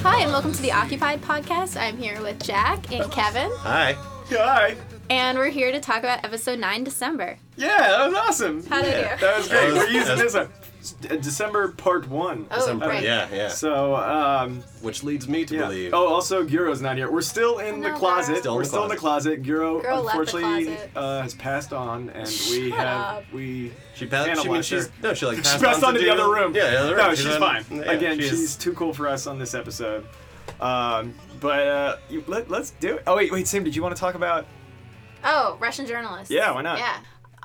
Hi, and welcome to the Occupied Podcast. I'm here with Jack and Kevin, Hi. Hi. and we're here to talk about episode 9 December. Yeah, that was awesome. How did yeah, you? That was great. That was- uh, We're using that was- this on D- December part one. Oh, Some- right. Yeah, yeah. So, um, Which leads me to yeah. believe. Oh, also, Guro's not here. We're still in No, the closet. Guro. Still in We're the still in the closet. Guro, Guro left the unfortunately, closet. Uh, has passed on, and we Shut have. up. We. she passed. She, Analyzer. means she's, no, she like She passed, passed on on to the do- other room. Yeah, the other room. No, she's on- fine. yeah, Again, she is. she's, too cool for us on this episode. Um, but uh, you, let, let's do it. Oh wait, wait, Sam, did you want to talk about? Oh, Russian journalists. Yeah, why not? Yeah.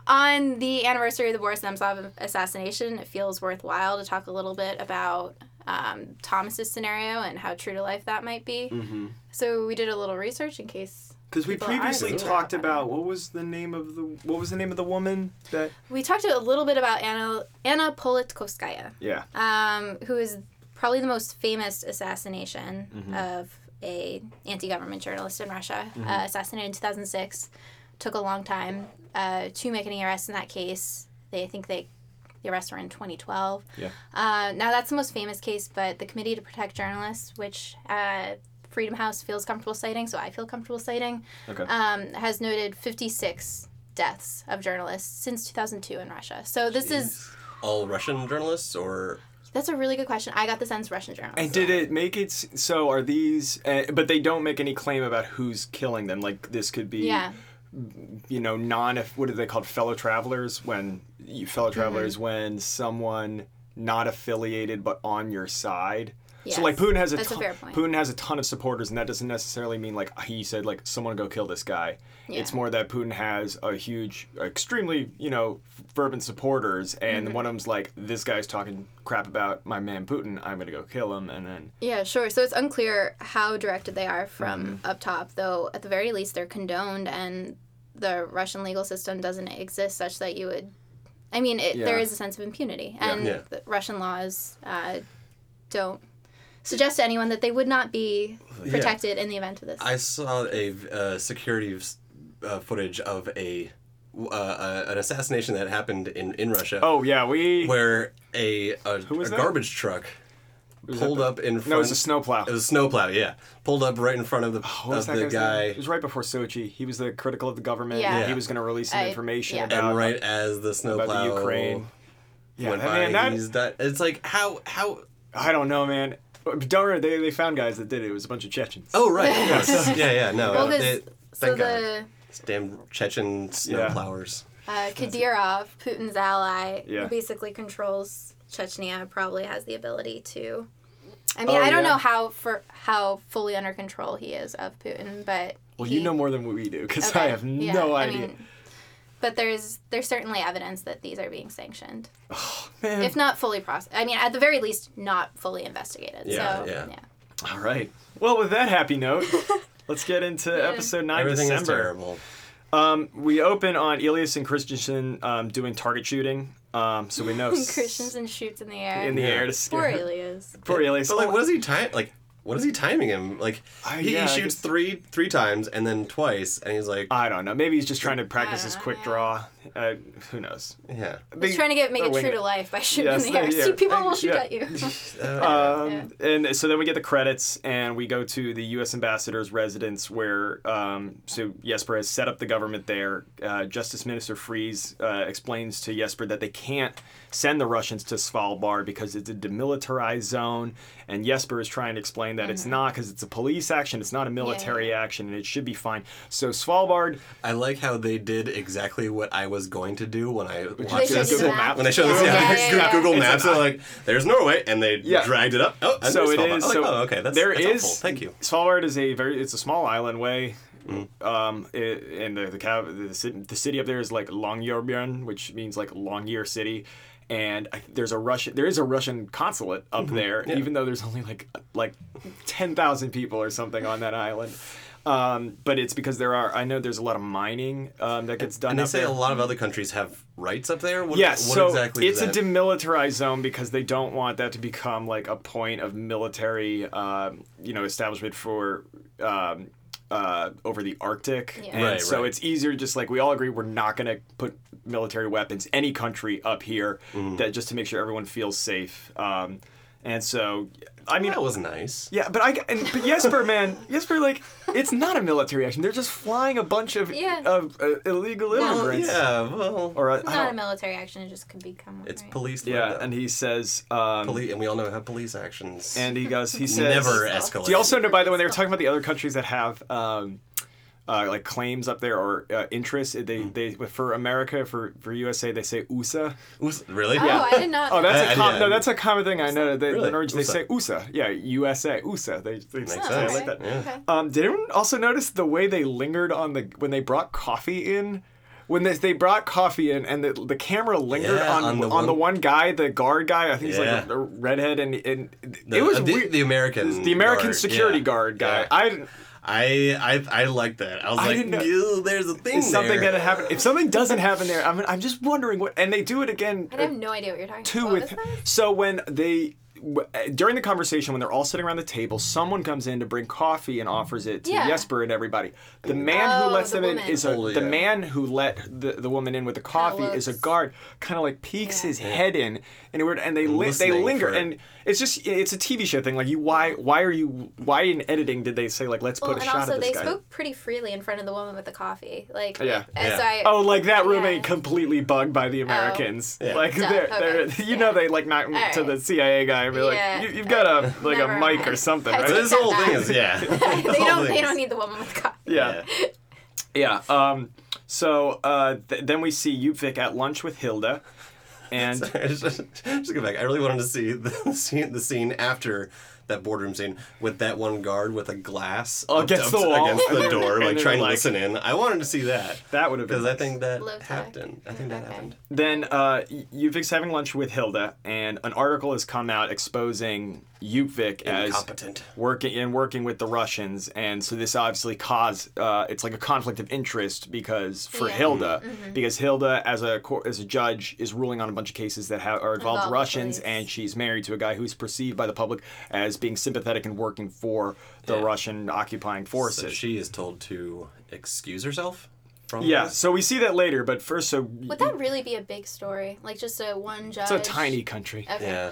On the anniversary of the Boris Nemtsov assassination, it feels worthwhile to talk a little bit about um, Thomas's scenario and how true to life that might be. Mm-hmm. So we did a little research in case Because we People aren't previously aware talked of it. about what was the name of the what was the name of the woman that we talked a little bit about Anna Anna Politkovskaya. yeah um, who is probably the most famous assassination Mm-hmm. of a anti-government journalist in Russia, uh, assassinated in 2006. Took a long time uh, to make any arrests in that case. They I think they the arrests were in 2012. Yeah. Uh, now that's the most famous case, but the Committee to Protect Journalists, which uh, Freedom House feels comfortable citing, so I feel comfortable citing, Okay. um, has noted 56 deaths of journalists since 2002 in Russia. So this is all Russian journalists or that's a really good question. I got the sense Russian journalists. And did it make it s- so? Are these? Uh, but they don't make any claim about who's killing them. Like this could be, Yeah. you know, non. What are they called? Fellow travelers. When you fellow Mm-hmm. travelers, when someone not affiliated but on your side. So like Yes. Putin has a, That's a ton, fair point. Putin has a ton of supporters, and that doesn't necessarily mean like he said like someone go kill this guy. It's Yeah. more that Putin has a huge, extremely you know fervent supporters, and Mm-hmm. one of them's like this guy's talking crap about my man Putin. I'm gonna go kill him, and then Yeah, sure. So it's unclear how directed they are from up top, though at the very least they're condoned and the Russian legal system doesn't exist such that you would I mean, it, there Yeah. is a sense of impunity and Yeah. the Russian laws uh, don't suggest to anyone that they would not be protected in the event of this. I saw a uh, security uh, footage of a uh, uh, an assassination that happened in in Russia. Oh yeah, we. Where a a, a was that? garbage truck pulled the- up in front. no, it was a snowplow. Oh, It was a snowplow. Yeah, pulled up right in front of the What was of the guy's name? guy. It was right before Sochi. He was the critical of the government. Yeah. and He Yeah. was going to release some I- information yeah. about, and right as the snowplow about the Ukraine. Yeah, went that- by, man, that- he's di- It's like how how. I don't know, man. But Don't worry, they, they found guys that did it. It was a bunch of Chechens. Oh right, of course. yeah, yeah, no. Well, 'cause- they- so thank God. the It's damn Chechen snowplowers. uh, Kadyrov, Putin's ally, Yeah. who basically controls Chechnya, probably has the ability to. I mean, Oh, I don't yeah. know how for how fully under control he is of Putin, but well, he- you know more than what we do because I Okay, have yeah, no I idea. mean, but there's there's certainly evidence that these are being sanctioned, Man. if not fully processed. I mean, at the very least, not fully investigated. Yeah, so, yeah. All right. Well, with that happy note, let's get into episode nine, Everything is December. terrible. Um, we open on Elias and Christensen um, doing target shooting. Um, so we know s- Christensen shoots in the air. in the Yeah. air to scare Poor her. Elias. Poor Elias. But like, what is he time? Like, what is he timing him? Like, I- he, yeah, he I shoots guess- three three times and then twice, and he's like, I don't know. Maybe he's just trying to practice his know, quick yeah. draw. Uh, who knows? yeah. He's trying to get make oh, it wait a true to minute. life by shooting Yes, in the air. yeah, See, people I- will shoot yeah. at you. Um, And so then we get the credits, and we go to the U.S. ambassador's residence, where um, so Jesper has set up the government there. Uh, Justice Minister Fries uh, explains to Jesper that they can't send the Russians to Svalbard because it's a demilitarized zone, and Jesper is trying to explain that Mm-hmm. it's not because it's a police action, it's not a military action, and it should be fine. So Svalbard, I like how they did exactly what I was going to do when I watched showed this. you the map? When they showed this, Yeah, yeah, yeah, Google- yeah. Google It's Maps, and like, there's Norway, and they Yeah. dragged it up. Oh, and so there's it Svalbard. is. I'm like, so oh, okay, that's, there that's is- helpful. Thank you. Mm-hmm. Svalbard is a very it's a small island way. Um, it, and the the, cav- the ci- the city up there is like Longyearbyen, which means like long year city. And I, there's a Russian there is a Russian consulate up Mm-hmm. there, even though there's only like like ten thousand people or something on that island. Um, but it's because there are I know there's a lot of mining um, that gets done. And they up say there. a lot of other countries have rights up there. What, Yes, what so exactly it's is a that? demilitarized zone because they don't want that to become like a point of military, um, you know, establishment for um, uh, over the Arctic. Yeah. And Right, so right. it's easier to just like we all agree we're not going to put Mm-hmm. military weapons any country up here that just to make sure everyone feels safe. Um, And so, I mean, that was nice. yeah, but I and, but Jesper, man, Jesper, like it's not a military action. They're just flying a bunch of Yeah. of uh, illegal Well, immigrants. yeah, well, Or uh, It's I not a don't- military action. It just could become one. it's right? police. yeah, and he says, um, police, and we all know how police actions and he goes, he says, never escalate. Do you also know, by the way, they were talking about the other countries that have um, uh, like claims up there or uh, interests. They, Mm. they for America for for USA they say USA. Oops, really? Oh, I did not. Oh, that's I- a com- I- no, that's a common thing I know. They, uh, Really? The Norwegians they USA. say USA. Yeah, USA USA. They, they say Makes Oh, it sense. like that. okay. Yeah. okay. Um, did anyone also notice the way they lingered on the when they brought coffee in? When they, they brought coffee in and the, the camera lingered Yeah, on, on, the, one... guy, the guard guy, I think he's like Yeah. a, a redhead, and, and The, uh, it was the, weird. the American The American guard, security yeah. guard guy. Yeah. I I I I like that. I was I like, didn't know- "Ew, there's a thing it's something there. that happened. If something doesn't happen there, I'm, I'm just wondering what. And they do it again. I have no idea what you're talking two about. What with was that? so when they w- uh, during the conversation when they're all sitting around the table someone comes in to bring coffee and offers it to Yeah. Jesper and everybody the man Oh, who lets the them in woman. is a, Oh, the yeah. man who let the, the woman in with the coffee is a looks- guard kind of like peeks Yeah. his head in and it would- and they li- they listening linger for- and it's just it's a TV show thing like you why why are you why in editing did they say like let's Well, put a and shot also of this they guy spoke pretty freely in front of the woman with the coffee. Like, Yeah. and Yeah. so I, Oh, like that roommate Yeah. Oh. completely bugged by the Americans. Yeah. Like Duh, they're, they're okay. you know they like knock All to the right. CIA guy and be like, Yeah. you, you've got a like a Never mic mind. or something, I So right? did- this whole that. thing is yeah. they don't. They don't need the woman with the coffee. Yeah, yeah. Um, so uh, th- then we see Yupvik at lunch with Hilda, and Sorry, just, just go back. I really wanted to see the scene, the scene after that boardroom scene with that one guard with a glass up- Against up- the wall. Oh, against the door, And like then, trying like- to listen in. I wanted to see that that would have been because I think that Low tech. happened. I think that Okay. happened. Then uh, Yupvik's having lunch with Hilda, and an article has come out exposing Yupvik as Incompetent. working and working with the Russians, and so this obviously caused uh, it's like a conflict of interest because for Yeah. Mm-hmm. Hilda, because Hilda as a cour- as a judge is ruling on a bunch of cases that ha- are involved Involved Russians, police. and she's married to a guy who's perceived by the public as being sympathetic and working for the Russian occupying forces. So she is told to excuse herself from yeah, this? so we see that later, but first, so Would that really be a big story? Like just a one judge. it's a tiny country. Okay. Yeah.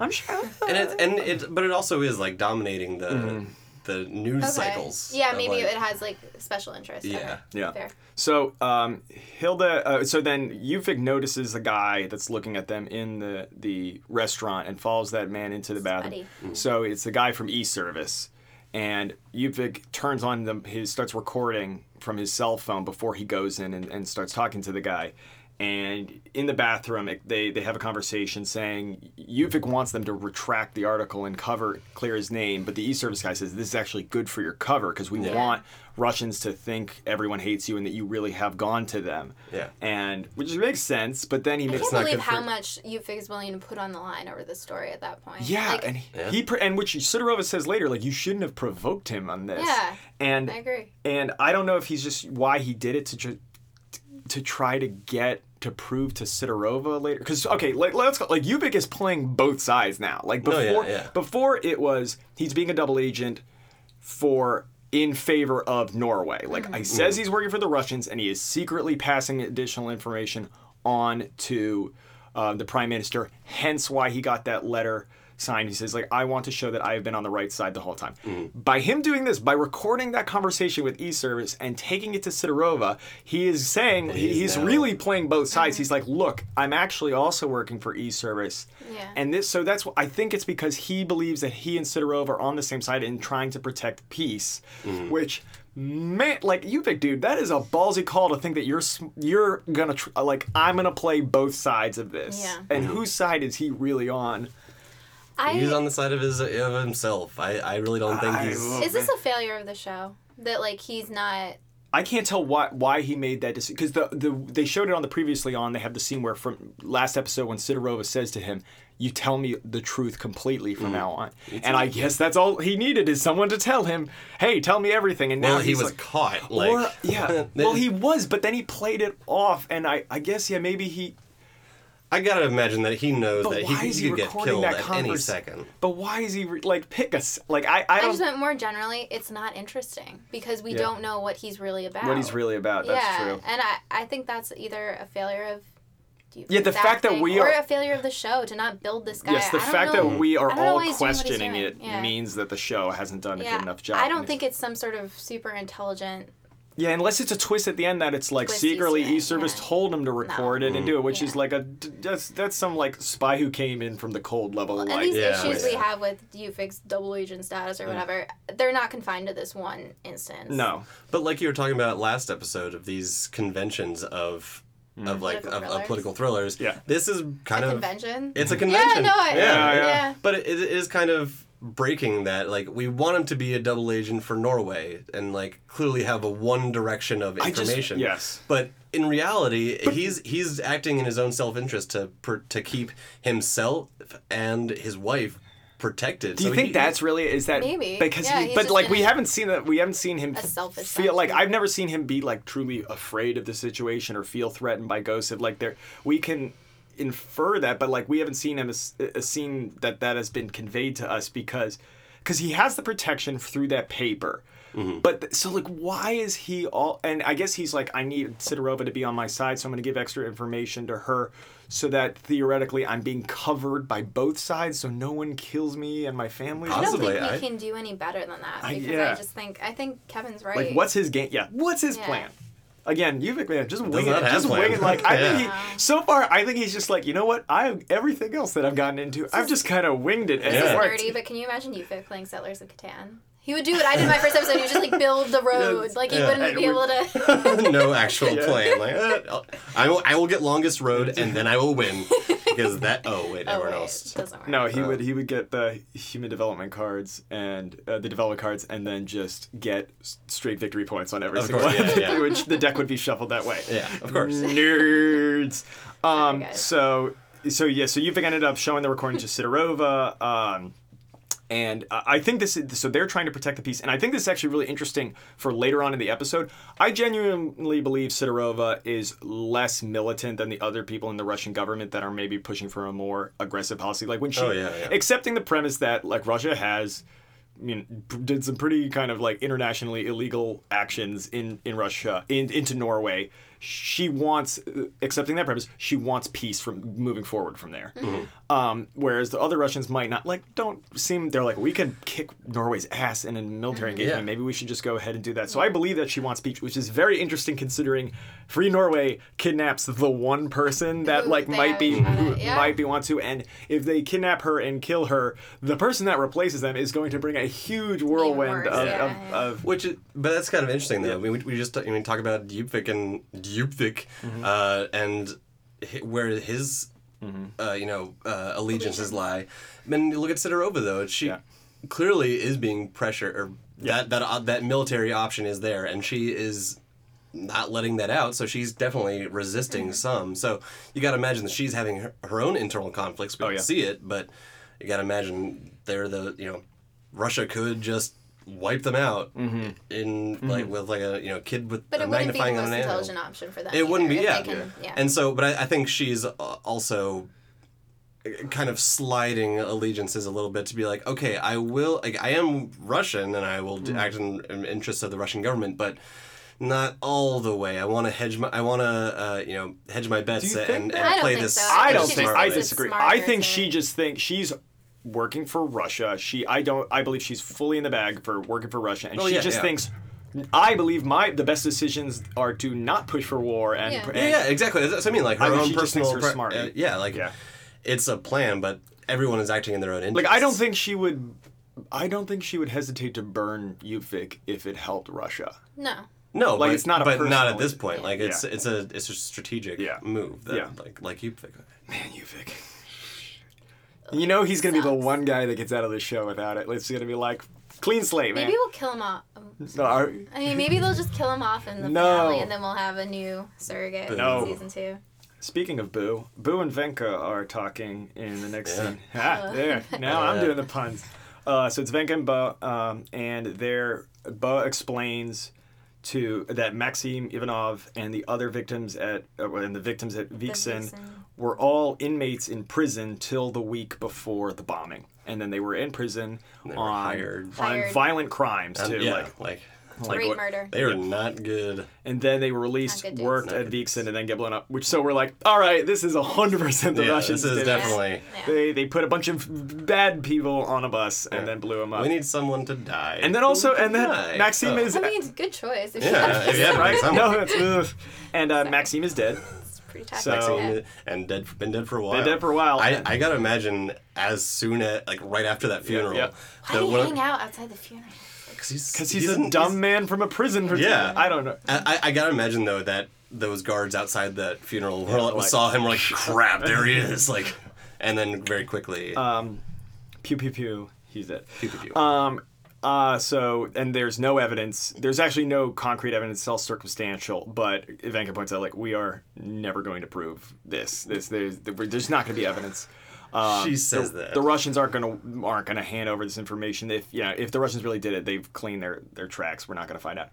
I'm sure. And it and it but it also is like dominating the the news Okay. cycles. Yeah, of, maybe like- it has like special interest. Okay. Yeah. Yeah. Fair. So um, Hilda, uh, so then Yuvik notices the guy that's looking at them in the the restaurant and follows that man into the bathroom. So it's the guy from E Service, and Yuvik turns on the his starts recording from his cell phone before he goes in and, and starts talking to the guy. And in the bathroom, it, they, they have a conversation saying Yuvik wants them to retract the article and cover clear his name, but the e service guy says this is actually good for your cover because we want Russians to think everyone hates you and that you really have gone to them. Yeah. and which makes sense. But then he I makes can't not believe good how for- much Ufig is willing to put on the line over this story at that point. yeah, Like, and he, he pr- and which Sidorova says later, like you shouldn't have provoked him on this. Yeah, and I agree. and I don't know if he's just why he did it to ju- to try to get to prove to Sidorova later. Because okay, like let's go, like Ubik is playing both sides now. Like No, before, Oh, yeah, yeah. before it was he's being a double agent for in favor of Norway. Like he Mm. says he's working for the Russians, and he is secretly passing additional information on to uh, the prime minister. Hence, why he got that letter signed. He says, like, I want to show that I have been on the right side the whole time. Mm. By him doing this, by recording that conversation with E-Service and taking it to Sidorova, he is saying he- He's he's now- really playing both sides. He's like, look, I'm actually also working for E-Service. Yeah. And this, so that's wh- I think it's because he believes that he and Sidorov are on the same side in trying to protect peace, Mm-hmm. which man, like you big dude, that is a ballsy call to think that you're s- you're gonna tr- uh, like I'm gonna play both sides of this, Yeah. and Mm-hmm. whose side is he really on? I He's on the side of his of himself. I, I really don't think I- he's is this a failure of the show that like he's not I can't tell why why he made that decision because the, the they showed it on the previously on they have the scene where from last episode when Sidorova says to him, "You tell me the truth completely Mm-hmm. from now on," and I guess that's all he needed is someone to tell him, "Hey, tell me everything." And now Well, he he's was like, caught. Like, or yeah, They- well he was, but then he played it off, and I I guess yeah maybe he I gotta imagine that he knows But that he, why is he he could get recording killed that at any convers- second. but why is he re- like pick us like I I I don't just meant more generally, it's not interesting because we Yeah. don't know what he's really about. what he's really about. That's yeah, true. and I, I think that's either a failure of do you Yeah, the that fact that thing, we or are- a failure of the show to not build this guy. Yes, the I don't fact know- that we are I don't know all why he's doing what he's questioning doing. it Yeah. means that the show hasn't done a yeah, good enough job. I And don't if- think it's some sort of super intelligent. Yeah, unless it's a twist at the end that it's like Twist secretly Easter egg, E-Service yeah. told him to record Mm. it and do it, which is Yeah. like a that's that's some like spy who came in from the cold level. And like, these Yeah. issues we Yeah. have with you fix double agent status or whatever, they're not confined to this one instance. no, But like you were talking about last episode of these conventions of of like Hmm. Political of, of thrillers. political thrillers. Yeah. This is kind of A convention. it's a yeah, convention. no, I, Yeah, yeah, yeah. But it, it is kind of breaking that. Like we want him to be a double agent for Norway and like clearly have a one direction of I just- information. yes. But in reality, he's he's acting in his own self interest to pr- to keep himself and his wife protected. Do you So think he- that's really is that Maybe. because Yeah, he, he's but just like in we a- haven't seen that we haven't seen him A selfish feel like sense. I've never seen him be like truly afraid of the situation or feel threatened by ghosts. If like there we can infer that, but like we haven't seen him as, as seen that that has been conveyed to us because because he has the protection through that paper. But th- so like why is he all and I guess he's like I need Sidorova to be on my side so I'm going to give extra information to her so that theoretically I'm being covered by both sides so no one kills me and my family I don't Possibly, think we I- can do any better than that I- because yeah. I just think I think Kevin's right. Like, what's his game? Yeah, what's his Yeah. plan? Again, you McMahon, just wing it. not have Just a plan. wing it. Like I think Yeah. he, so far, I think he's just like, you know what? I everything else that I've gotten into, I've just kind of winged it and This it is Yeah. worked. nerdy, but can you imagine Yufik playing Settlers of Catan? He would do what I did in my first episode. He would just like build the road. Like he Yeah. wouldn't And be we- able to. no actual Yeah. plan. Like, eh, I'll- I will, I will get longest road and then I will win because that. Oh wait, Oh, everyone wait, else. doesn't work. No, he would he would get the human development cards and uh, the development cards, and then just get s- straight victory points on every Of single course, one. yeah, yeah. Which the deck would be shuffled that way. Yeah, of course. Nerds. Um, Sorry, guys. so so yeah, so Yuvik ended up showing the recording to Sidorova. Um, and uh, I think this is so they're trying to protect the peace, and I think this is actually really interesting for later on in the episode. I genuinely believe Sidorova is less militant than the other people in the Russian government that are maybe pushing for a more aggressive policy. Like when she, Oh, yeah, yeah. accepting the premise that like Russia has, you know, p- did some pretty kind of like internationally illegal actions in in Russia in, into Norway. She wants uh, accepting that premise. She wants peace from moving forward from there. Um, whereas the other Russians might not like don't seem they're like we could kick Norway's ass in a military engagement. Yeah. Maybe we should just go ahead and do that. So I believe that she wants peace, which is very interesting considering Free Norway kidnaps the one person that Who like they might be haven't done it, who yeah. might be want to. And if they kidnap her and kill her, the person that replaces them is going to bring a huge whirlwind worse, of, yeah, of, yeah. of Which, is, but that's kind of interesting though. I mean, we, we just I mean, talk about Djupvik and Djupvik, Mm-hmm. uh, and hi where his, Mm-hmm. uh, you know, uh, allegiances lie. Then you look at Sidorova though; she Yeah. clearly is being pressured. Or that that uh, that military option is there, and she is not letting that out. So she's definitely resisting Mm-hmm. some. So you got to imagine that she's having her, her own internal conflicts. We Oh, don't yeah. see it, but you got to imagine they're the you know Russia could just wipe them out Mm-hmm. in like with like a you know kid with But a it wouldn't be the magnifying most on an intelligent animal. option for them. It wouldn't be either, yeah. if they can- yeah. And so, but I, I think she's uh, also uh, kind of sliding allegiances a little bit to be like, okay, I will like I am Russian and I will Mm. d act in, in interest of the Russian government, but. Not all the way. I want to hedge my. I want to, uh, you know, hedge my bets you think and, and I don't play think this. so. I I don't she think just I thinks it's disagree. smarter I think to- she just thinks she's working for Russia. She I don't I believe she's fully in the bag for working for Russia and Oh, she yeah, just yeah. thinks I believe my the best decisions are to not push for war and, Yeah. and- Yeah, yeah, exactly. That's what I mean. Like her I think own she just thinks personal. we're pri- uh, smart. yeah, like Yeah. it's a plan, but everyone is acting in their own interest. Like I don't think she would I don't think she would hesitate to burn Yuvik if it helped Russia. no. No, Like, but, it's not a but not personal- at this point. Like it's Yeah. it's a it's a strategic Yeah. move. That, Yeah. like like you think. Man, Yuvik. You know he's gonna be the Sucks. one guy that gets out of the show without it. It's gonna be like clean slate, man. Maybe we'll kill him off. No, are- I mean, maybe they'll just kill him off in the No. finale, and then we'll have a new surrogate No. in season two. Speaking of Boo, Boo and Venka are talking in the next Yeah. scene. Ah, there. Now I'm Yeah. doing the puns. Uh, so it's Venka and Bo, um, and their Bo explains to that Maxim Ivanov and the other victims at uh, and the victims at Vixen Vixen. were all inmates in prison till the week before the bombing, and then they were in prison They were on hired. on Hired. violent crimes too. yeah, Like, like Like, Great what- murder. They are not good. and then they released Not good worked dudes. at Vixen and then get blown up. Which so we're like, all right, this is hundred percent the Yeah, Russians. this is did definitely. Yeah. They they put a bunch of bad people on a bus and then blew them up. We need someone to die. and then also and then Nice. Oh. Maxime is I mean, it's a good choice. If Yeah, if you have right. Maxime. No, that's ugh. and uh, Maxime is dead. it's pretty toxic. So- yeah. and, Um, and dead been dead for a while. Been dead for a while. I, I gotta imagine as soon as like right after that funeral. yeah. Why do you hang out outside the funeral? Because he's, Because he's, an- a dumb man from a prison. For Yeah. I don't know. I, I I gotta imagine though that those guards outside that funeral were like, like- saw him were like crap there he is like, and then very quickly Pew pew pew. He's dead. pew, pew, pew. Uh, Um. Uh, so and there's no evidence. There's actually no concrete evidence. It's all circumstantial. But Ivanka points out, like, we are never going to prove this. This there's there's not going to be evidence. Um, She says the, that. the Russians aren't going to aren't going to hand over this information. If you know, if the Russians really did it, they've cleaned their their tracks. We're not going to find out.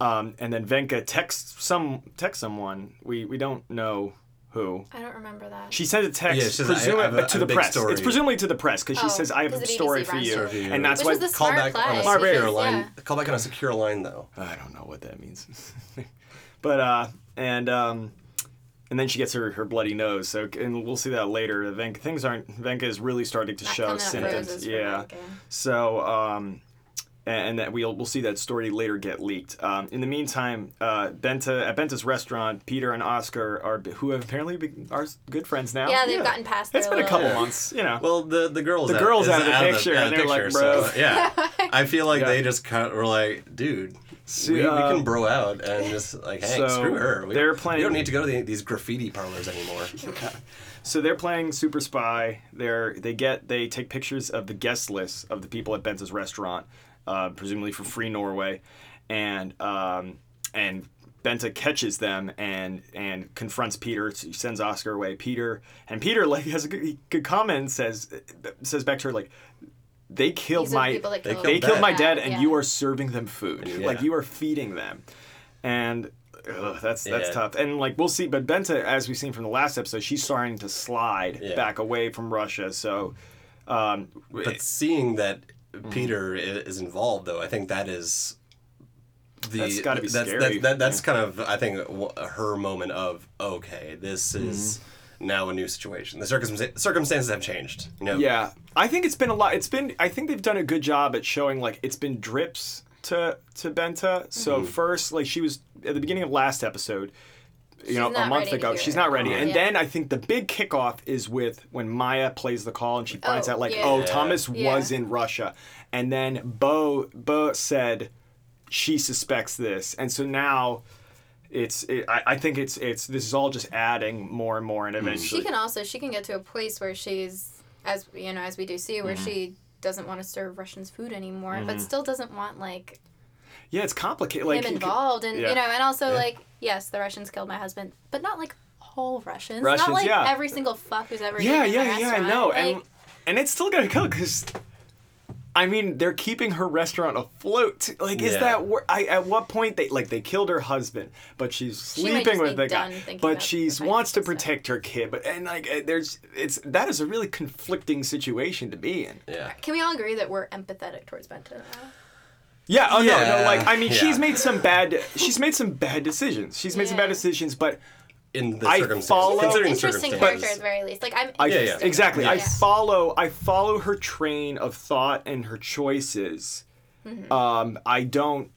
Um, and then Venka texts some texts someone. We we don't know who. I don't remember that. She sent a text Yeah, she says, "I- I presumably have a- to a the big press. story." It's presumably to the press because she Oh, says, "I have a 'cause the story BBC for you, runs it. and that's Which why was the call smart back on a play. secure because, line. yeah. Call back on a secure line though. I don't know what that means. but uh, and um, and then she gets her, her bloody nose. So and we'll see that later. Venk, things aren't Venka is really starting to Not show coming up symptoms. roses for Yeah. Venka. So um, and, and that we'll we'll see that story later get leaked. Um, in the meantime, uh, Benta at Benta's restaurant, Peter and Oscar are who have apparently be, are good friends now. Yeah, they've gotten past It's their been a couple little- months, you know. Well, the the girls The girl's is out of the picture, out and of the they're like, picture, "Bro." so, yeah, I feel like Yeah. they just cut, were like, dude, So, we, we uh, can bro out and just like, hey, so screw her. We, they're We playing- don't need to go to the, these graffiti parlors anymore. So they're playing Super Spy. They're they get they take pictures of the guest list of the people at Benta's restaurant, uh, presumably for free Norway, and um, and Benta catches them and and confronts Peter. She sends Oscar away. Peter and Peter like has a good, he- good comment. and Says says back to her like. They killed These are the my people that They killed they Dad. killed my dad, and Yeah. you are serving them food. Yeah. Like you are feeding them, and ugh, that's that's Yeah. tough. And like we'll see, but Benta, as we've seen from the last episode, she's starting to slide Yeah. back away from Russia. So, um, But seeing that Mm-hmm. Peter i is involved, though, I think that is the That's gotta be that's, scary. That, that, that's kind of I think wh- her moment of okay, this Mm-hmm. is now a new situation. The circumstances circumstances have changed. You know, yeah, I think it's been a lot. It's been I think they've done a good job at showing like it's been drips to to Benta. So first, like she was at the beginning of last episode. You know, a not month ready to ago, hear she's it. not ready. And Yeah. then I think the big kickoff is with when Maya plays the call and she finds Oh, out, like, yeah. oh, Thomas Yeah. was in Russia. And then Bo Bo said she suspects this, and so now it's. It, I, I think it's it's this is all just adding more and more, and eventually She can also she can get to a place where she's as you know as we do see Mm-hmm. where she doesn't want to serve Russians food anymore, but still doesn't want like yeah, it's complicated. Mm-hmm. Like him you could- involved and yeah. you know and also like yes the Russians killed my husband, but not like all Russians, Russians, not like yeah. every single fuck who's ever yeah, eaten in yeah, the yeah. I restaurant. know, like, and and it's still gonna go because. I mean, they're keeping her restaurant afloat. Like, is Yeah. that wor- I, at what point they like they killed her husband, but she's might sleeping just with be the done guy, thinking but about she's the wants to finances, so. protect her kid. But and like, uh, there's it's that is a really conflicting situation to be in. yeah. can we all agree that we're empathetic towards Benta now? Yeah, oh no, no, Yeah. like I mean, Yeah. she's made some bad, she's made some bad decisions. She's made some bad Yeah. decisions, but In the I circumstances, follow- Well, She's an considering the interesting character at circumstances, the very least. Like I'm I, yeah. interested. exactly, I Yeah. follow, I follow her train of thought and her choices. Mm-hmm. Um, I don't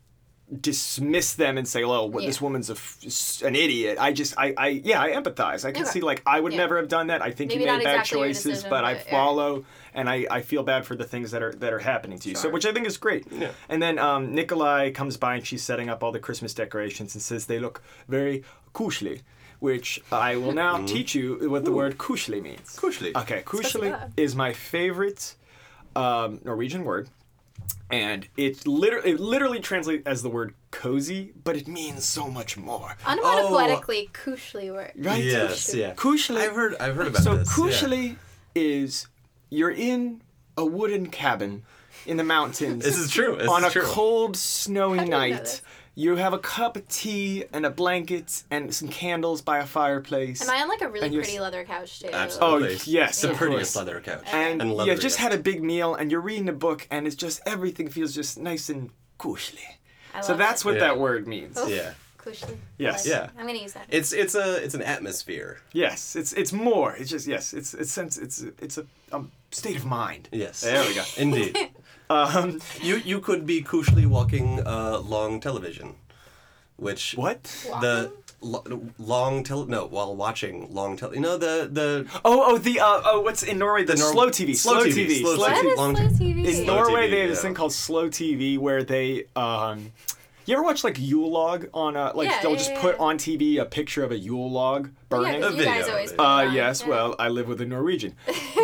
dismiss them and say, "Well, what- this Yeah. woman's a f- an idiot." I just, I, I, yeah, I empathize. I can Okay. see like I would Yeah. never have done that. I think Maybe you made not bad exactly your choices, decision, but, I but, yeah. follow and I, I feel bad for the things that are that are happening to you. So Sure. which I think is great. Yeah. And then um, Nikolai comes by and she's setting up all the Christmas decorations and says they look very kushly, which I will now Mm-hmm. teach you what the word kushly means. Kushly. Okay, kushly love. is my favorite um, Norwegian word. And it literally, it literally translates as the word cozy, but it means so much more. Onomatopoetically, kushly work. Right? Yes, yeah. Kushly. I've heard I've heard about So this. Yeah. kushly is you're in a wooden cabin in the mountains This is true. This on is a true. cold, snowy you know night. this? You have a cup of tea and a blanket and some candles by a fireplace. Am I on like a really And you're pretty s- leather couch too? Oh, Absolutely. yes, the of prettiest course. leather couch and leather. you just had a big meal and you're reading a book and it's just everything feels just nice and kushly. I so love that's it. what Yeah. that word means. Oh. Yeah. Kushli. Yes. Yeah. I'm gonna use that. It's it's a it's an atmosphere. Yes, it's it's more. It's just yes, it's it's sense. It's it's a um, state of mind. Yes. There we go. Indeed. Um, you you could be cushy walking uh, long television, which what? the lo- long tele no while watching long tele you know the the Oh, oh, the uh, oh, what's in Norway? The, The Nor- slow TV, slow slow TV, TV, slow slow TV. What TV. is long- slow TV? In Slow Norway, TV, they have this yeah. thing called slow TV where they. Um, you ever watch like Yule log on a like Yeah, they'll yeah, just yeah, put yeah. Oh, on TV a picture of a Yule log yeah, burning? 'cause A you guys video. always. put Uh, it on. yes. Yeah. Well, I live with a Norwegian,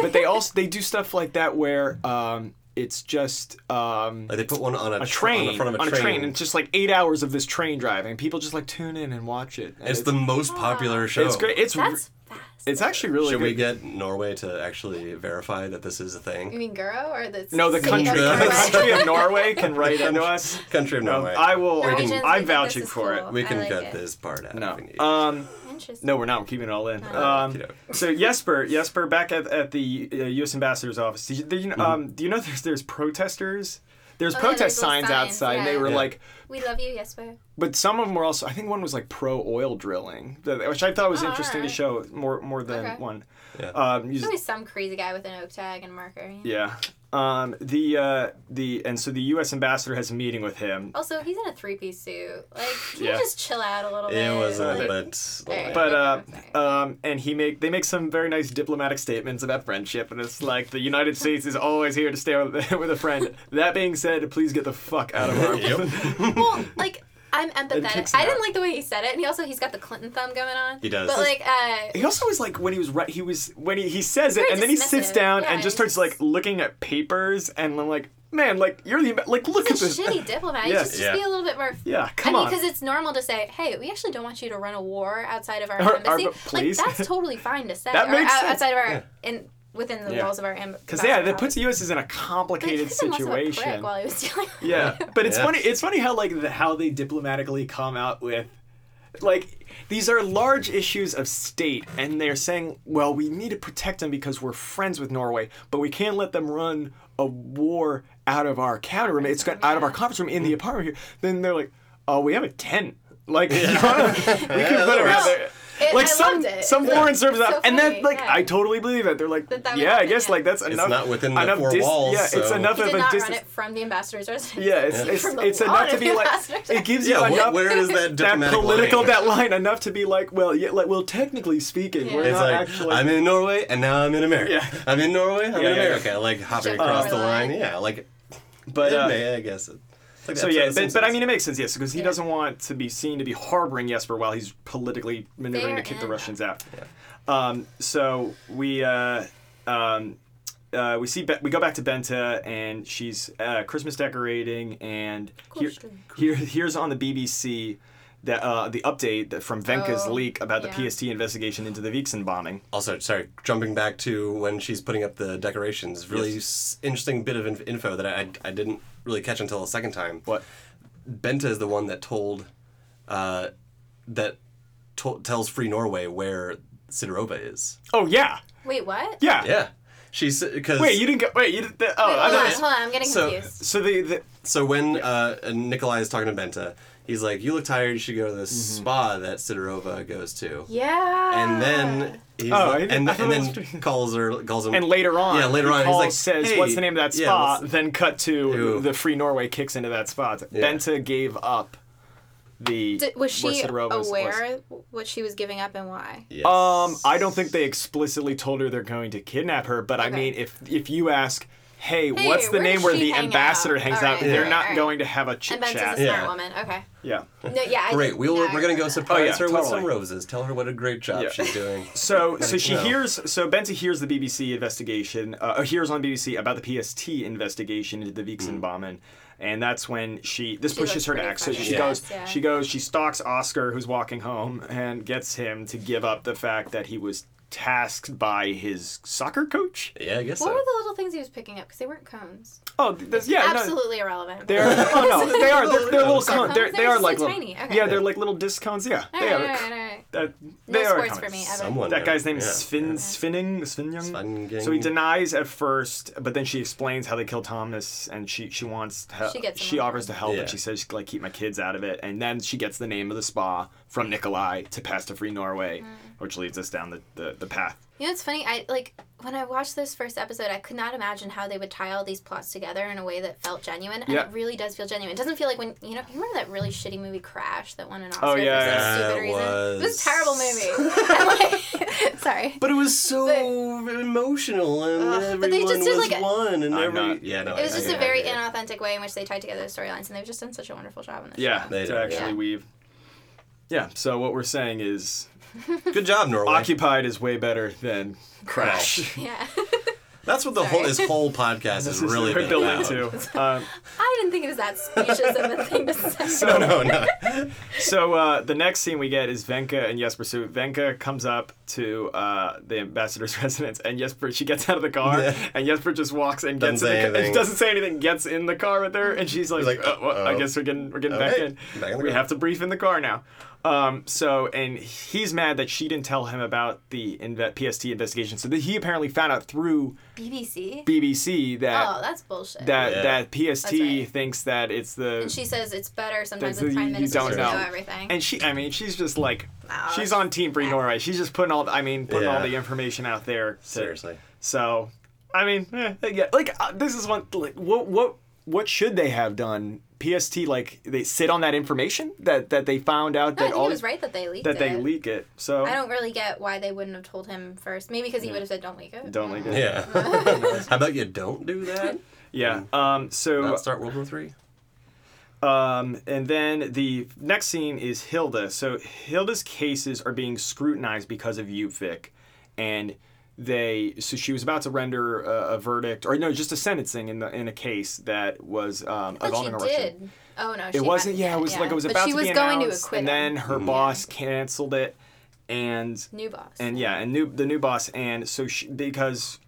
but they also they do stuff like that where um, it's just um, like they put one on a, a tr- train on the front of a train, and it's just like eight hours of this train driving. People just like tune in and watch it. And it's the most popular show Ah, it's great. It's that's fast. it's actually really should good. we get Norway to actually verify that this is a you thing mean Guro or the no, the city country, of Yeah. the Guro? country of Norway can write into us. country of Um, Norway I will. Norwegians, we I'm think this vouching is for cool. we I can like cut it. this part out if we need. it. No. Um, Interesting. no, we're not. We're keeping it all in. Oh. Um, Okey-doke. so Jesper, Jesper, back at, at the uh, U.S. ambassador's office. Do you, do Mm-hmm. you- um, do you know there's there's protesters? There's Oh, yeah, protest there's little signs, signs, outside. and They yeah. were Yeah. like, We love you, Jesper. but some of them were also. I think one was like pro oil drilling, th- which I thought was Oh, interesting to alright. show more more than Okay. one. Yeah. Um, you- There's always some crazy guy with an oak tag and marker. you know? yeah. Um, the uh, the and so the U.S. ambassador has a meeting with him. Also, he's in a three-piece suit. Like, can Yeah. you just chill out a little bit? it was a like, bit Alright. But uh, Okay. um, and he make they make some very nice diplomatic statements about friendship, and it's like the United States is always here to stay with, with a friend. That being said, please get the fuck out of our. Yep. Well, like I'm kicks empathetic. him I out. didn't like the way he said it, and he also he's got the Clinton thumb going on. He does. But like, uh, He also was like when he was right, he was when he, he says it, Very and then he sits dismissive. down Yeah, and just he's- starts like looking at papers, and I'm like, man, like you're the like look he's a at this. shitty diplomat. He Yes. should just Yeah. be a little bit more. Yeah, come I mean, on. because it's normal to say, "Hey, we actually don't want you to run a war outside of our, Our- our- embassy." please. Like that's totally fine to say. That or makes out- sense. outside of our in within the Yeah. walls of our embassy. Because yeah, that puts the U.S. is in a But complicated Clinton was also a prick situation. While he was dealing. Yeah, but it's Yeah. funny. It's funny how like the, how they diplomatically come out with, like, these are large issues of state, and they're saying, well, we need to protect them because we're friends with Norway, but we can't let them run a war out of our counter room. It's got out of our conference room in the apartment here. Then they're like, oh, we have a tent. Like we can put it out there. It- Like I some loved it. some Like, foreign service so out, and then funny, like yeah. I totally believe it. They're like, That that would yeah, I happen, guess yeah. like that's enough. not within the enough four dis- walls, Yeah, it's so- enough He of did a not distance. run it from the ambassador's residence. Yeah, it's it's, From the it's lawn enough to of be like ambassadors. it gives you yeah enough wh- where is that that diplomatic political line? that line enough to be like, well, yeah, like well, technically speaking, Yeah. we're it's not like actually. I'm in Norway and now I'm in America. Yeah. I'm in Norway. I'm Yeah, in yeah, America. Like hopping Jump across over the the line. line. Yeah, like. but it uh, may, I guess. It's like so that yeah, episode of but, but I Simpsons. mean, it makes sense, yes, because he Yeah. doesn't want to be seen to be harboring Jesper while he's politically maneuvering Fair to kick the enough. Russians out. Um, so we. Uh, um, uh, we see Be- we go back to Benta and she's uh, Christmas decorating and here, Christmas. here here's on the BBC that uh, the update that from Venka's Oh, leak about yeah. the PST investigation into the Vixen bombing. also sorry jumping back to when she's putting up the decorations really s- interesting bit of inf- info that I, I didn't really catch until the second time What? benta is the one that told uh, that to- tells free norway where sidorova is Oh yeah, Wait, what? yeah. yeah she's because Ah. Wait, you didn't get. Wait, you didn't. The, oh, Wait, I hold thought. on, it was- hold on, I'm getting so- confused. So the, the so when uh, nikolai is talking to benta he's like you look tired you should go to this Mm-hmm. spa that sidorova goes to Yeah. and then he's Oh, like- I- and, I thought and it was then calls her calls him and later on. yeah later on Paul he's like says, "Hey, "What's the name of that yeah, spot?" what's- then cut to Ew. the Free Norway kicks into that spot. Benta gave up the. Did, was where she Sidorova was- was. aware what she was giving up and why? Yes. Um, I don't think they explicitly told her they're going to kidnap her, but I Okay. mean, if if you ask, hey, what's the where name does where she the hang ambassador out? hangs All out, right, they're all not right. going to have a And chit Ben's is a chat. smart Yeah. woman. Okay. Yeah. No, yeah. I Great. did- We'll, no, I we're gonna go remember. surprise her with Oh, totally. some roses. Tell her what a great job Yeah. she's doing. So, so she no. hears. So Benta hears the BBC investigation. Uh, uh, hears on BBC about the PST investigation into the Vixen bombing, and that's when she. This She pushes looks her to pretty act. So she fucking goes. pissed, yeah. She goes. She stalks Oscar, who's walking home, and gets him to give up the fact that he was tasked by his soccer coach. Yeah, I guess What so. were the little things he was picking up? Because they weren't cones. Oh, th- that's, yeah, no, Absolutely irrelevant. They're oh no, they are they're, they're little Soccer cones. They're, cones? they are They're like so little, tiny. Okay. yeah, they're like little disc cones. Yeah, All they right, all are. right, all right. that, No they are sports for coming. me ever. Someone. That guy's name yeah. is Sven Svinning Svinjung. Svinjung. So he denies at first, but then she explains how they killed Thomas, and she she wants to help. She gets him she on offers to help, Yeah. and she says like keep my kids out of it. And then she gets the name of the spa from Nikolai to Pasta Free Mm. Norway, which leads us down the, the, the path. You know, it's funny. I like when I watched this first episode, I could not imagine how they would tie all these plots together in a way that felt genuine, and Yeah. it really does feel genuine. It doesn't feel like when you know. You remember that really shitty movie Crash that won an Oscar Oh, yeah, for some yeah. stupid That reason. It was was- a terrible movie. And, like, sorry. But it was so emotional, and Ugh, everyone but they just did, was like, a- one, and I'm every not- yeah, no, It was I- just I- a very I- inauthentic way in which they tied together the storylines, and they've just done such a wonderful job on this. Yeah, They to do, actually yeah. weave. Yeah. So what we're saying is good job, Norway. occupied is way better than crash. show. Yeah. That's what the whole Sorry. this whole podcast is really we're been building about. to. Um, I didn't think it was that specious of a thing to say. No, no, no. So uh, the next scene we get is Venka and Jesper. So Venka comes up to uh, the ambassador's residence, and Jesper she gets out of the car, Yeah. and Jesper just walks and gets Doesn't say in the, ca- anything. doesn't say anything, gets in the car with her, and she's like, like, "Uh, well, I uh-oh. guess we're getting we're getting back Okay, in. back in the we car." have to brief in the car now. Um, so and he's mad that she didn't tell him about the inve- PST investigation. So that he apparently found out through BBC. BBC that. Oh, that's bullshit. That, Yeah. that PST That's right. thinks that it's the and she says it's better sometimes That's with the- prime you ministers don't who know. know everything. And she, I mean, she's just like, Wow. she's on Team Free Norway. She's just putting all, I mean, putting all Yeah. the information out there. to- Seriously. So, I mean, eh, yeah, like uh, this is one. Like, what, what, what should they have done? PST, like, they sit on that information that that they found out no, I that think all it was right that they leaked that they it. leak it. So I don't really get why they wouldn't have told him first. Maybe because he would have said, "Don't leak it." don't leak it. Yeah. How about you don't do that? Yeah. Um. So Not start World War Three. Um, and then the next scene is Hilda. So Hilda's cases are being scrutinized because of Yuvik, and they so she was about to render a, a verdict or no, just a sentencing in the in a case that was um, But she involving a Russian. did. Oh no, she It wasn't. hadn't Yeah, it yet, was like it was but about she to was be going announced, to acquit and him. then her boss canceled it, and new boss. and yeah, and new the new boss, and so she, because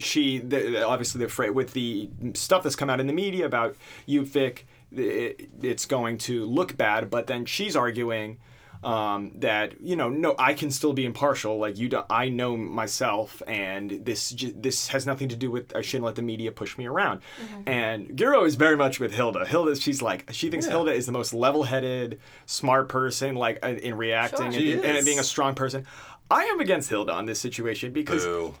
she the, the- obviously the freight with the stuff that's come out in the media about Ufik, it, it's going to look bad. But then she's arguing um, that you know no, I can still be impartial. Like you, do, I know myself, and this j- this has nothing to do with. I shouldn't let the media push me around. And Giro is very much with Hilda. Hilda, she's like she thinks Hilda is the most level-headed, smart person. Like uh, in reacting Sure. and, She and is. being a strong person. I am against Hilda on this situation because Boo.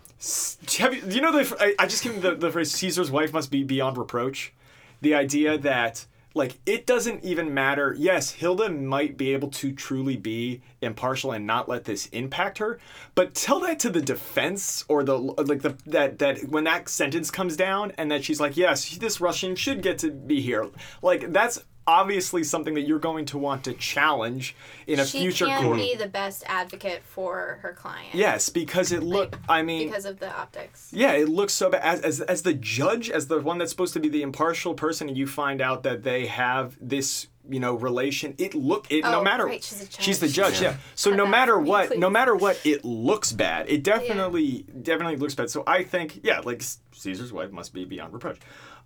have you, do you know the? I, I just came the, the phrase "Caesar's wife must be beyond reproach." The idea that like it doesn't even matter. Yes, Hilda might be able to truly be impartial and not let this impact her, but tell that to the defense or the like the that that when that sentence comes down and that she's like, yes, this Russian should get to be here. Like that's obviously something that you're going to want to challenge in a she future can court. be the best advocate for her client. Yes, because it look. I mean, because of the optics. yeah, it looks so bad. As, as, as the judge, as the one that's supposed to be the impartial person, and you find out that they have this, you know, relation. It look it no Oh, matter. right, she's a the judge. judge. Yeah. So Cut no that matter for me, what, no please. matter what, it looks bad. It definitely definitely looks bad. So I think yeah, like S- Caesar's wife must be beyond reproach.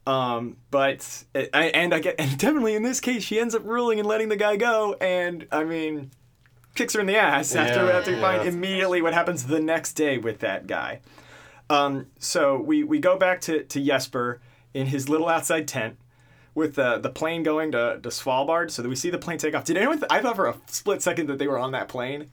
Um, but I, and I get and definitely in this case she ends up ruling and letting the guy go. And I mean, kicks her in the ass after Yeah, after you yeah. find immediately what happens the next day with that guy. Um, so we, we go back to, to Jesper in his little outside tent with uh, the plane going to, to Svalbard. So that we see the plane take off. Did anyone? Th- I thought for a split second that they were on that plane.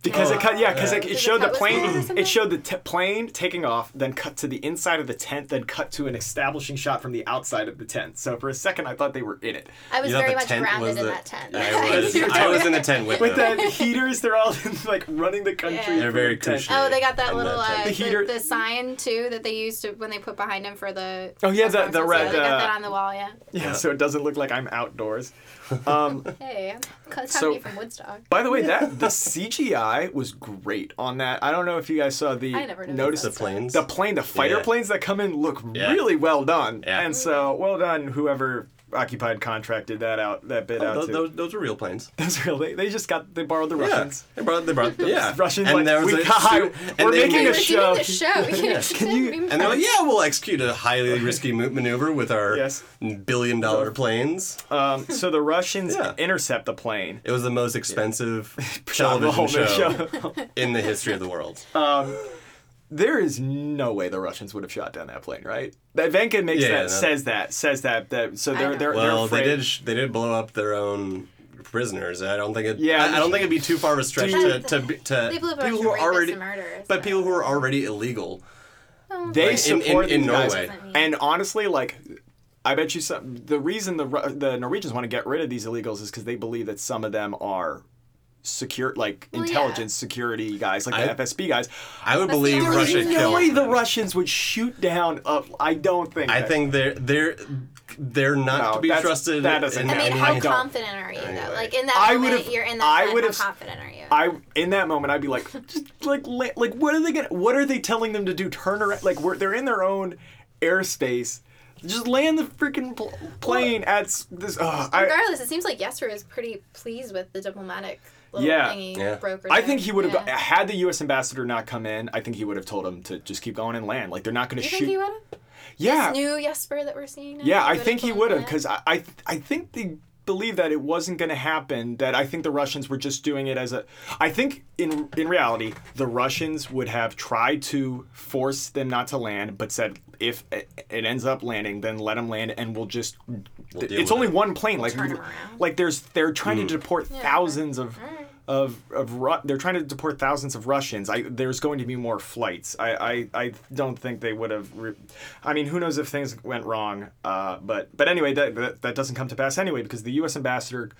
Because it cut, yeah, because it, Oh, Did it the showed the cut was there or plane, something? it showed the t- plane taking off, then cut to the inside of the tent, then cut to an establishing shot from the outside of the tent. So for a second, I thought they were in it. I was You know, very the much tent grounded was in the- that tent. I was, You were I was in totally- a tent with, With them. the heaters, they're all like running the country. Yeah. They're from very the tent. crucial. Oh, they got that And little that uh, tent. the, The heater- the sign too that they used to, when they put behind him for the. Oh, yeah, the- the Yeah, red, They got uh, that on the wall. Yeah. Yeah, so it doesn't look like I'm outdoors. Um, Hey, it's So- from Woodstock. by the way, that the CGI was great on that. I don't know if you guys saw the I never noticed notice that the planes. the plane, the fighter Yeah. planes that come in look Yeah. really well done. Yeah. And so well done whoever occupied contracted that out that bit Oh, out those, too. those, those are real planes. That's real. They, they just got they borrowed the Russians. Yeah, they brought they brought yeah Russians and like, there was we a got- suit- we're they making We're a made- doing show. the show. Can you- And they're like, yeah, we'll execute a highly risky mo- maneuver with our Yes. billion dollar planes. Um, so the Russians Yeah. intercept the plane. It was the most expensive The television whole show, show. in the history of the world. there is no way the Russians would have shot down that plane, right? That Venka makes Yeah, that no. says that says that that so they're know. they're they're well, they afraid. did sh- they did blow up their own prisoners. I don't think it. Yeah, I, I don't think it'd be too far of a stretch to Dude. to, be- to They blew up a people bunch who of are rapists already and murderers. but people who are already illegal. they Like, in- in- support in these guys. Norway. And honestly, like, I bet you some. The reason the Ru- the Norwegians want to get rid of these illegals is because they believe that some of them are secure, like Well, yeah. intelligence security guys, like I- the FSB guys. I would believe only Russia There's reason. killed. no way the Russians would shoot down. A, I don't think. I that- think they're they're they're not No, to be that's- trusted. that doesn't in I happen. mean, any how way. don't- confident are you though? Like in that I would moment, have- you're in I that would moment. have- How confident are you? I in that moment I'd be like, just like la- like what are they gonna? What are they telling them to do? Turn around? Like we're, they're in their own airspace. Just land the freaking pl- plane at s- this. Uh, I, Regardless, it seems like Yester is pretty pleased with the diplomatic little Yeah. thingy Yeah. broker. I there. think he would have Yeah. got had the U.S. ambassador not come in. I think he would have told him to just keep going and land. Like they're not going to You shoot. think he would have? yeah, This new Jesper that we're seeing now? yeah. I would've think he told would him have that? because I, I I think they believe that it wasn't going to happen. That I think the Russians were just doing it as a. I think in in reality the Russians would have tried to force them not to land, but said if it it ends up landing, then let them land, and we'll just. deal it's with only one plane. like turn 'em around. like there's they're trying to deport thousands of of of Ru- they're trying to deport thousands of Russians. I there's going to be more flights. I I, I don't think they would have. Re- I mean, who knows if things went wrong? Uh, but but anyway, that, that that doesn't come to pass anyway because the U.S. ambassador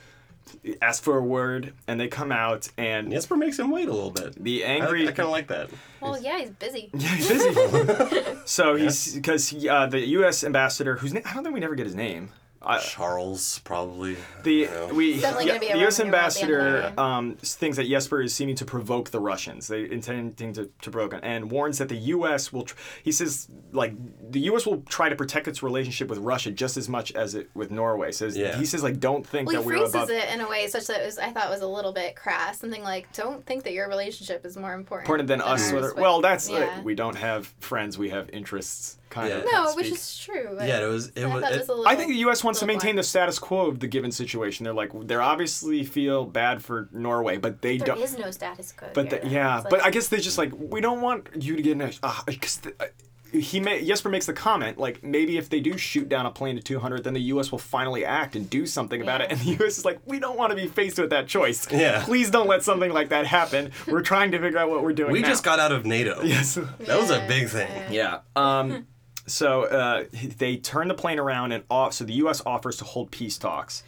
asked for a word and they come out and Jesper makes him wait a little bit. the I, angry. I kind of like that. Well, yeah, he's busy. He's busy. so he's because he, uh, the U.S. ambassador, whose name I don't think we never get his name. I, Charles probably. uh, The I don't know. we Definitely yeah, gonna be a the U.S. Roman Europe band ambassador name. um, thinks that Jesper is seeming to provoke the Russians. They intending to, to provoke him, and warns that the U.S. will. Tr- he says like the U.S. will try to protect its relationship with Russia just as much as it with Norway. Says Yeah. he says like don't think Well, that he we're phrases above. it in a way such that it was, I thought was a little bit crass. Something like, "Don't think that your relationship is more important, Important than us, ours," whether, but- well, that's yeah. like, we don't have friends, we have interests, kind Yeah. of. no, speak. which is true. But yeah, it was. It I was. thought it- it was a little. I think the U.S. wants to little maintain blunt. the status quo of the given situation. They're like they're obviously feel bad for Norway, but they There don't. is no status quo. But here, the, though. yeah, It's but like- I guess they just like we don't want you to get in a uh, cause the, uh, he may, Jesper makes the comment like maybe if they do shoot down a plane to 200 then the US will finally act and do something about it Yeah. and the US is like we don't want to be faced with that choice. Yeah. Please don't let something like that happen. We're trying to figure out what we're doing. we now. just got out of NATO. Yes. That was a Yeah, big thing. yeah. Yeah. Um, so uh, they turn the plane around and off so the US offers to hold peace talks.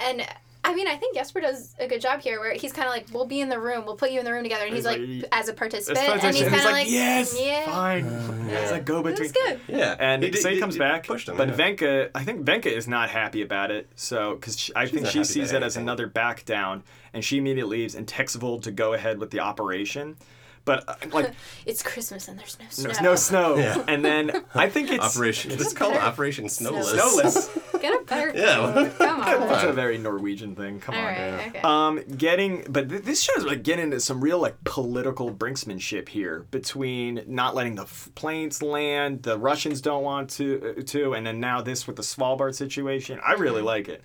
And I mean, I think Jesper does a good job here, where he's kind of like, "We'll be in the room. We'll put you in the room together," and he's, He's like, like, as a participant, That's and he's fantastic. kind of like, yes, yeah, fine. Uh, It's like go that's between. good." Yeah, And did- so he did- comes did- back, Pushed him, but yeah. Venka, I think Venka is not happy about it. So, because I think not she happy sees about it as anything. another back down, and she immediately leaves and texts Vold to go ahead with the operation. But uh, like, It's Christmas and there's no snow. there's no snow, Yeah. and then I think it's Operation. It's called better. Operation Snowless. snowless. Get a better. Yeah, well- Come on. That's a very Norwegian thing. Come All on. right. Okay. Um, getting, but th- this shows like getting into some real like political brinksmanship here between not letting the f- planes land, the Russians don't want to, uh, to, and then now this with the Svalbard situation. I really Mm. like it.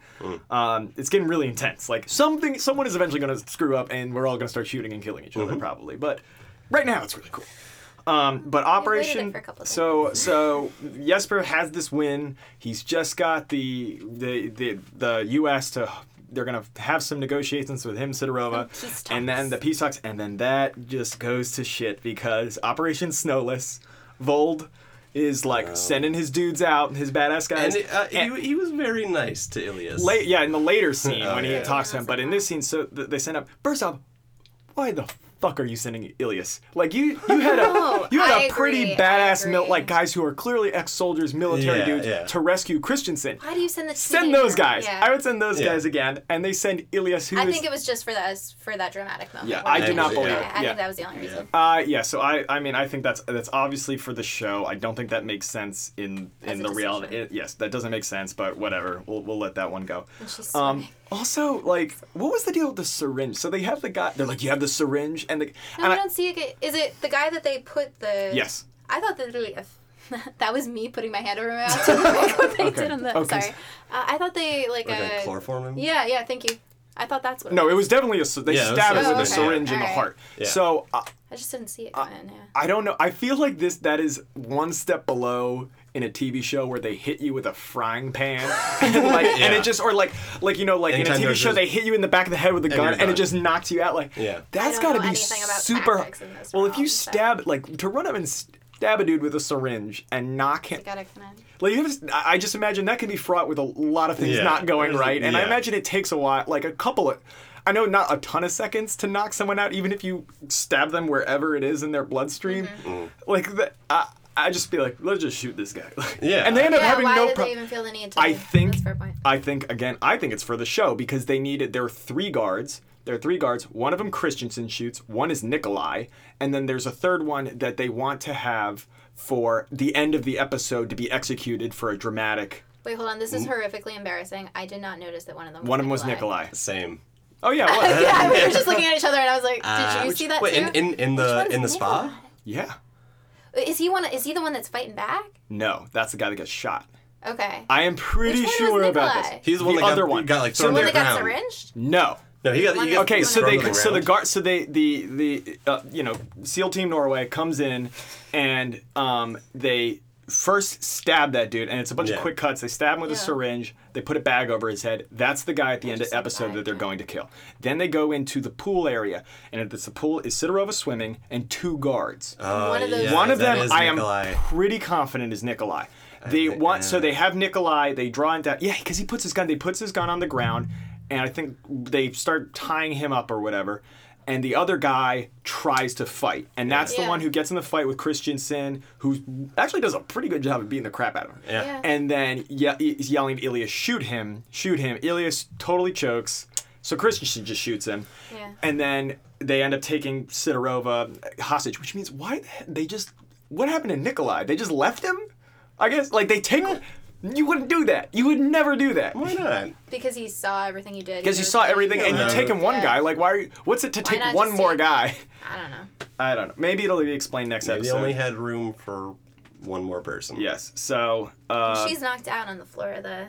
Um, it's getting really intense. Like something, someone is eventually going to screw up, and we're all going to start shooting and killing each other probably. But right now, it's really cool. Um, but operation. for a couple of So so Jesper has this win. He's just got the the the, the U.S. to. They're gonna have some negotiations with him, Sidorova, peace and then the peace talks, and then that just goes to shit because Operation Snowless, Vold, is like sending his dudes out, his badass And guys. uh, and- he, he was very nice to Ilias. Eh. late, yeah, in the later scene Oh, when he yeah. talks to him, but in this scene, so th- they send up. First off, why the fuck are you sending Ilias? Like you, you had a No, you had I a pretty agree, I badass mil- agree. like guys who are clearly ex soldiers, military Yeah, dudes yeah. to rescue Christensen. Why do you send the Send teenager? those guys. Yeah. I would send those Yeah. guys again, and they send Ilias who I is- think it was just for that for that dramatic moment. Yeah, where I they do not were- believe yeah, it. I Yeah. think that was the only reason. Uh, yeah, so I, I mean, I think that's that's obviously for the show. I don't think that makes sense in As in a the reality. decision. it- yes, that doesn't make sense, but whatever. We'll, we'll let that one go. And she's Um, swimming. also, like, what was the deal with the syringe? So they have the guy. They're like, you have the syringe, and the no, and we I- don't see it. get- Is it the guy that they put the? yes. I thought that really, that was me putting my hand over my mouth. to mimic what they Okay. did on the. Okay. Sorry, uh, I thought they like. Like a uh, chloroform him? Yeah, yeah. Thank you. I thought that's what. No, it was definitely a. sy- They Yeah, it was stabbed a her with a syringe. syringe in the Alright. heart. Yeah. So I, I just didn't see it coming. in. yeah. I don't know. I feel like this. That is one step below in a TV show where they hit you with a frying pan, and, like, and Yeah. it just or like like you know like Anytime in a TV there's show just- they hit you in the back of the head with a you're gun and it done. just knocks you out. Like Yeah. that's I don't got to know be anything about super. tactics in this Well, if you realm, so- stab like to run up and stab a dude with a syringe and knock him, I gotta kind of. like you have, I I just imagine that could be fraught with a lot of things Yeah. not going There's a- right, and I yeah. imagine it takes a while, like a couple of, I know not a ton of seconds to knock someone out, even if you stab them wherever it is in their bloodstream. Mm-hmm. Like that, I, I just be like, let's just shoot this guy. Like, Yeah. and they end up Yeah, having why no did they problem. even feel the need to? I think That's a fair point. I think again. I think it's for the show because they needed their three guards. There are three guards. One of them Christensen shoots. One is Nikolai, and then there's a third one that they want to have for the end of the episode to be executed for a dramatic. Wait, hold on. This is horrifically embarrassing. I did not notice that one of them. Was Mm. One of them was Nikolai. Same. Oh yeah, it was. yeah, we were just looking at each other, and I was like, "Did Uh, you which- see that wait, too?" in, in, in the one's in the spa? Nikolai? yeah. Is he one? Is he the one that's fighting back? No, that's the guy that got shot. Okay. I am pretty Which one sure was about Nikolai? this. He's the one that other got, one. got like So thrown the one to that the got ground. syringed? No. No, he got, he got Okay, One so of thrown they to the so the ground. guard so they the the uh, you know SEAL Team Norway comes in and um, they first stab that dude and it's a bunch of Yeah. quick cuts. They stab him with a Yeah. syringe. They put a bag over his head. That's the guy at the end of just episode died, that they're yeah. going to kill. Then they go into the pool area and at this, the pool is Sidorova swimming and two guards. Oh, One of those- yeah, One of that them, is I am Nikolai. Uh, pretty confident is Nikolai. They think- want so yeah. they have Nikolai. They draw him down. Yeah, because he puts his gun. They puts his gun on the ground, and I think they start tying him up or whatever. And the other guy tries to fight, and that's the Yeah. one who gets in the fight with Christensen, who actually does a pretty good job of beating the crap out of him. Yeah. Yeah. And then ye- he's yelling at Ilias, shoot him, shoot him. Ilias totally chokes. So Christensen just shoots him. Yeah. And then they end up taking Sidorova hostage, which means why the he- they just what happened to Nikolai? They just left him? I guess like they take you wouldn't do that. You would never do that. Why not? Because he saw everything you did. Because you saw everything and you Yeah. take him one Yeah. guy, like why are you what's it to take not one just more take- guy? I don't know. I don't know. Maybe it'll be explained next They episode. only had room for one more person. yes. So uh, She's knocked out on the floor of the,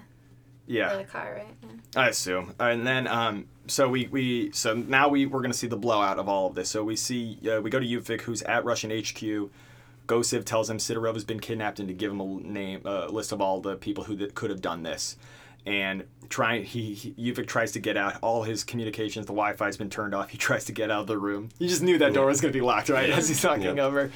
yeah. the car, right? Yeah. I assume. And then, um, so we, we so now we we're gonna see the blowout of all of this. So we see uh, we go to Yuvik, who's at Russian HQ. Gosiv tells him Sidorov has been kidnapped and to give him a name, a list of all the people who that could have done this. And trying, he, he Yuvik tries to get out. All his communications, the Wi-Fi's been turned off. He tries to get out of the room. You just knew that door was gonna be locked, right? As he's knocking Yeah. over.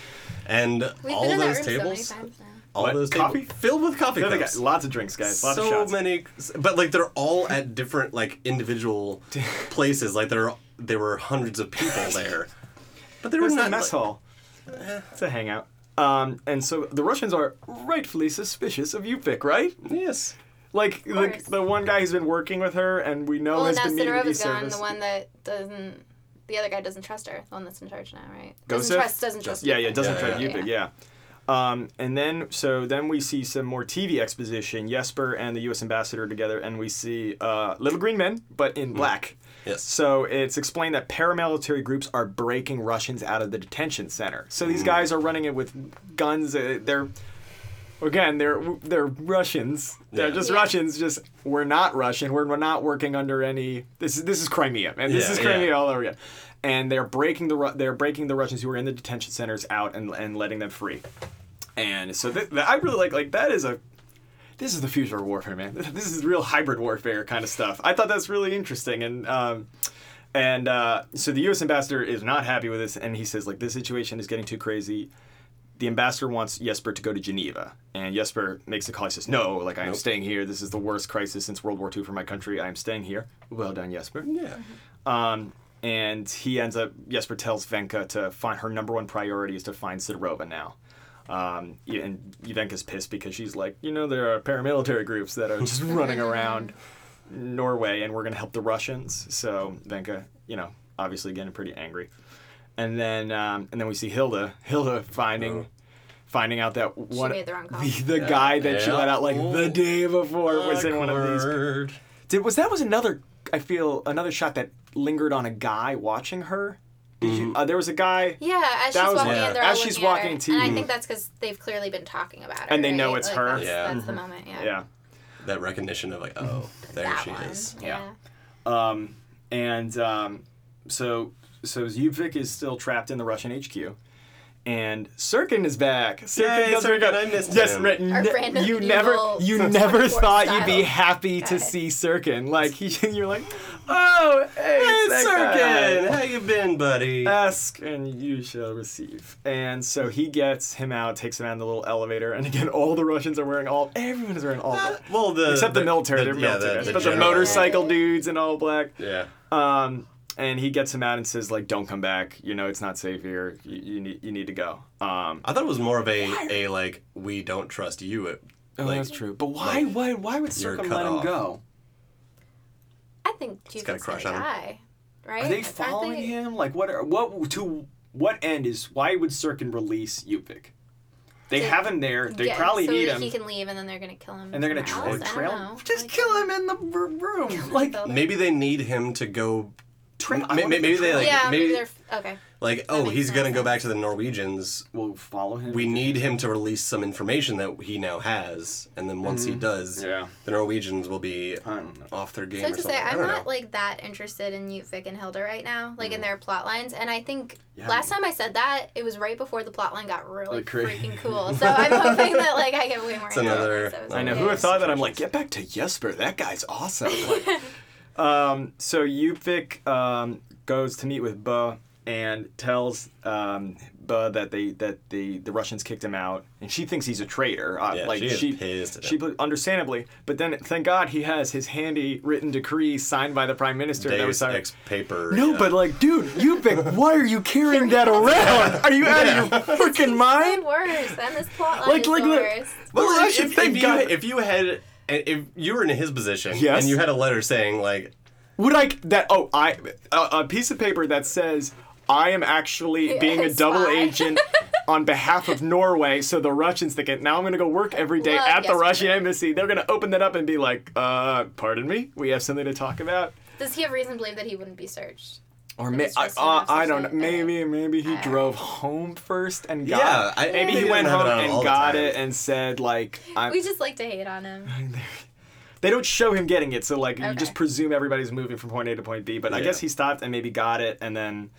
And We've all been in that those room tables, so many times now. all What? those Coffee? tables filled with coffee The other cups. guy- lots of drinks, guys. Lots of so shots. many but like they're all at different like individual places like there are- there were hundreds of people there but they were It's not a mess like- hall. It's a hangout. Um, and so the Russians are rightfully suspicious of Yupik, right? yes Like the, course. the one guy who's been working with her, and we know Well, has now been needing to be Sidorova's gone. serviced. The one that doesn't, the other guy doesn't trust her. The one that's in charge now, right? Gosev? Doesn't trust. Doesn't trust. Yeah, yeah, it doesn't Yeah, try yeah. Yupik, yeah. Um, and then so then we see some more TV exposition. Jesper and the U.S. ambassador together, and we see uh, little green men, but in black. Mm-hmm. Yes. So it's explained that paramilitary groups are breaking Russians out of the detention center. So Mm. these guys are running it with guns. Uh, they're again, they're they're Russians. They're Yeah. just Yeah. Russians. Just we're not Russian. We're, we're not working under any. This is this is Crimea, and this Yeah, is Crimea yeah. all over again. And they're breaking the Ru- they're breaking the Russians who are in the detention centers out and and letting them free. And so th- th- I really like like that is a this is the future of warfare, man. This is real hybrid warfare kind of stuff. I thought that's really interesting, and um, and uh, so the U.S. ambassador is not happy with this, and he says like this situation is getting too crazy. The ambassador wants Jesper to go to Geneva, and Jesper makes a call. He says, "No, like I am staying here. This is the worst crisis since World War II for my country. I am staying here." Well done, Jesper. yeah Um, and he ends up Jesper tells Venka to find her number one priority is to find Sidorova now. Um, yeah, and Venka's pissed because she's like, you know, there are paramilitary groups that are just running around Norway, and we're gonna help the Russians. So Venka, you know, obviously getting pretty angry, and then um, and then we see Hilda, Hilda finding. Finding out that one, made the wrong call. the, the guy that she Yeah. let out like the day before was in one of these Awkward. did was that was another? I feel another shot that lingered on a guy watching her. Did you? Mm-hmm. Uh, there was a guy, Yeah, as she's That was- walking yeah. in, they're As all she's looking at her. walking to And I you. think that's because they've clearly been talking about her. And they know right? it's Like, her. That's, Yeah. that's the moment, yeah. yeah, That recognition of like, oh, there that she one. is. Yeah. Yeah. um, and um, so so Yuvik is still trapped in the Russian HQ. And Sirkin is back. Sirkin Yay, comes back Sirkin, up. I missed yes, him. Right, Our ne- random you evil never, you never 24 thought you'd be style happy guy. to see Sirkin. Like he, you're like, oh, hey, Uh, Hey, that guy." Sirkin, how you been, buddy? Ask and you shall receive. And so he gets him out, takes him out in the little elevator, and again, all the Russians are wearing all. Everyone is wearing all black, well, the except the, military. they're yeah, military, the but the general. motorcycle dudes in all black. Yeah. Um, and he gets him out and says like, "Don't come back. You know it's not safe here. You, you need you need to go." Um, I thought it was more of a, a like we don't trust you. It, like, true. But why why why would you're Circum cut let him off. go? I think Jude's got a gonna crush on him. die. Right? Are they Aren't following they- him? Like what are, what to what end is why would Circum release Yupik? They To have him there. They Yeah, probably so need that him. He can leave, and then they're gonna kill him. and they're gonna somewhere tra- else. I trail don't know. just Like, kill him in the r- room like building. Maybe they need him to go. Tra- I may- wanna may- maybe they, trail. like- yeah, maybe, maybe- they're okay. Like, oh, makes he's gonna sense. go back to the Norwegians. we'll follow him We need him to release some information that he now has, and then once he does, Mm-hmm. yeah the Norwegians will be I don't know off their game So or to something. say, I I'm don't not know. like that interested in Yuvik and Hilda right now, like in their plot lines. And I think Mm. Yeah. last time I said that, it was right before the plot line got really Like crazy. freaking cool. So I'm hoping that like I get way more. It's into it another- this episode. I know Yeah. who have thought that I'm like get back to Jesper that guy's awesome Like, um so Yupik um goes to meet with Bo and tells um Bo that they that the the Russians kicked him out and she thinks he's a traitor uh, Yeah, like she is she pissed at she understandably but then thank God he has his handy written decree signed by the prime minister that was Deus signed Ex paper. No, yeah. but like, dude, you big. Why are you carrying that around? Are you out of your freaking It's mind? worse, and this plot line Like- is like the the- worst. Well, Well, I if, should if, thank you, God- if you had, if you were in his position, Yes. and you had a letter saying like, Would I that? Oh, I a, a piece of paper that says I am actually being a Spy. double agent on behalf of Norway, so the Russians think it. Now I'm gonna go work every day Love at the Jesper. Russian embassy. They're gonna open that up and be like, uh, pardon me, we have something to talk about. Does he have reason to believe that he wouldn't be searched? Or But may, it's I, just Uh. uh, enough to I don't say, know. Maybe maybe he I- drove home first and got. yeah, I, Maybe they he went don't have home it on all and the got time. it and said like, I'm, We just like to hate on him. They don't show him getting it, so like you Okay. just presume everybody's moving from point A to point B. But I Yeah. guess he stopped and maybe got it, and then,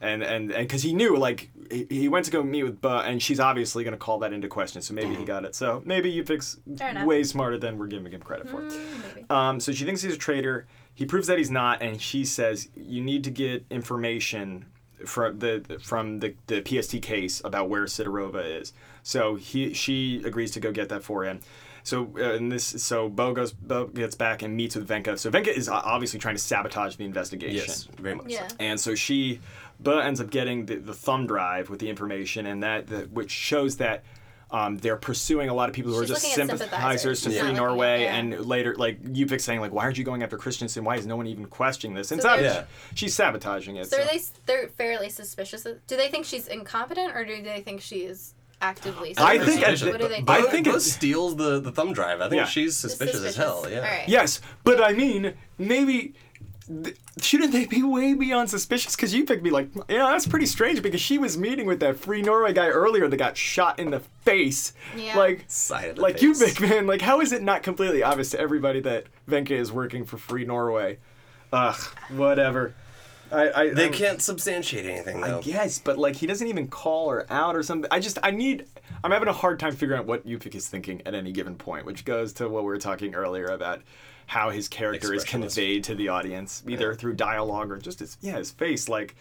and and and because he knew like he, he went to go meet with Buh, and she's obviously gonna call that into question. So maybe he got it. So maybe you fix Fair enough. Hmm. way smarter than we're giving him credit for. Maybe. Um, so she thinks he's a traitor. He proves that he's not, and she says you need to get information from the from the, the PST case about where Sidorova is. So he she agrees to go get that for him. So uh, and this so Bo goes Bo gets back and meets with Venka. So Venka is o- obviously trying to sabotage the investigation. Yes, very much. so. Yeah. And so she, but ends up getting the, the thumb drive with the information, and that, that which shows that um, they're pursuing a lot of people who She's are just looking at sympathizers, sympathizers. to Yeah. free Yeah. Norway, Yeah. and later like Yupik saying like, why aren't you going after Christensen? Why is no one even questioning this? And So it's they're- obvious- she's sabotaging it. So so- are they? They're fairly suspicious. of- Do they think she's incompetent, or do they think she is actively? I suspicious? think at the- What do they? Bo, I think? think Bo it's- steals the, the thumb drive. I think Yeah. she's Just suspicious, as hell. Yeah. All right. Yes, but I mean, maybe th- shouldn't they be way beyond suspicious? Because you picked me like, yeah, that's pretty strange because she was meeting with that free Norway guy earlier that got shot in the face. Yeah. Like, Side of the like face. you pick man. Like, how is it not completely obvious to everybody that Venka is working for free Norway? Ugh, whatever. I, I They I'm- can't substantiate anything though. I guess, but like he doesn't even call her out or something. I just I need I'm having a hard time figuring out what Yupik is thinking at any given point, which goes to what we were talking earlier about how his character is Expressionless. conveyed to the audience, either through dialogue or just his yeah, his face. Like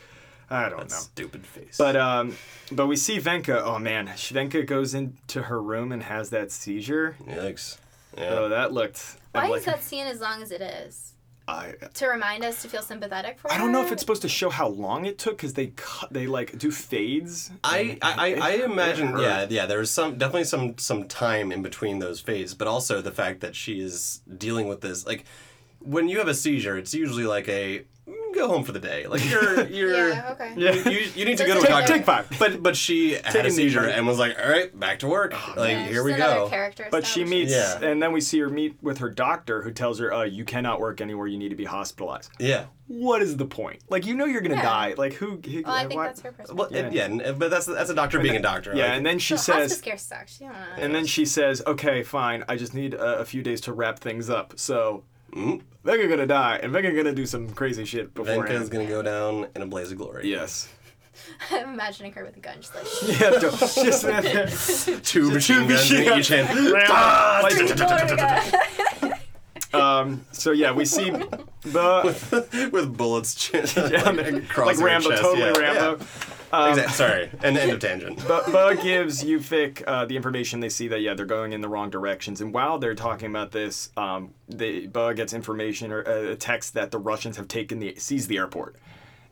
I don't know. Stupid face. But um but we see Venka, oh man, Venka goes into her room and has that seizure. yikes. Yeah. Oh, that looked I'm Why like, is that scene as long as it is? I to remind us to feel sympathetic for. I don't know if her? it's supposed to show how long it took because they cut, they like do fades. I, I, I, I It imagine hurt. yeah yeah there's some definitely some some time in between those phases but also the fact that she is dealing with this like when you have a seizure it's usually like a "Mm, go home for the day like you're you're Yeah. Okay. Yeah. you, you need to go to Doesn't a matter. doctor Take five. but but she had Taking a the Oh, seizure break. and was like all right back to work like Yeah, here just we another go Character But she establishment. meets, Yeah. and then we see her meet with her doctor, who tells her, "Uh, you cannot work anywhere. You need to be hospitalized." yeah What is the point? Like, you know, you're gonna Yeah. die. Like, who? who Well, I think why- that's her perspective. well yeah, yeah and- but that's that's a doctor being a doctor Yeah, like, and then she So says, hospice care Oh, sucks. You don't wanna- and then she says, "Okay, fine. I just need a, a few days to wrap things up." So. Vega gonna die, and Vega gonna do some crazy shit Mm-hmm. Venka's beforehand. gonna go down in a blaze of glory Yes. I'm imagining her with a gun, just like Yeah, don't- just that. two machine guns in machine each hand Ah, Like, "Gloria." um, so yeah, we see the with bullets ch- like, like crossing her Rambo, chest, totally yeah. Rambo. Um, Yeah. Exact- Sorry, and end of tangent. But Bug gives Ufik uh, the information. They see that yeah, they're going in the wrong directions. And while they're talking about this, um, the Bug gets information or uh, a text that the Russians have taken the seized the airport.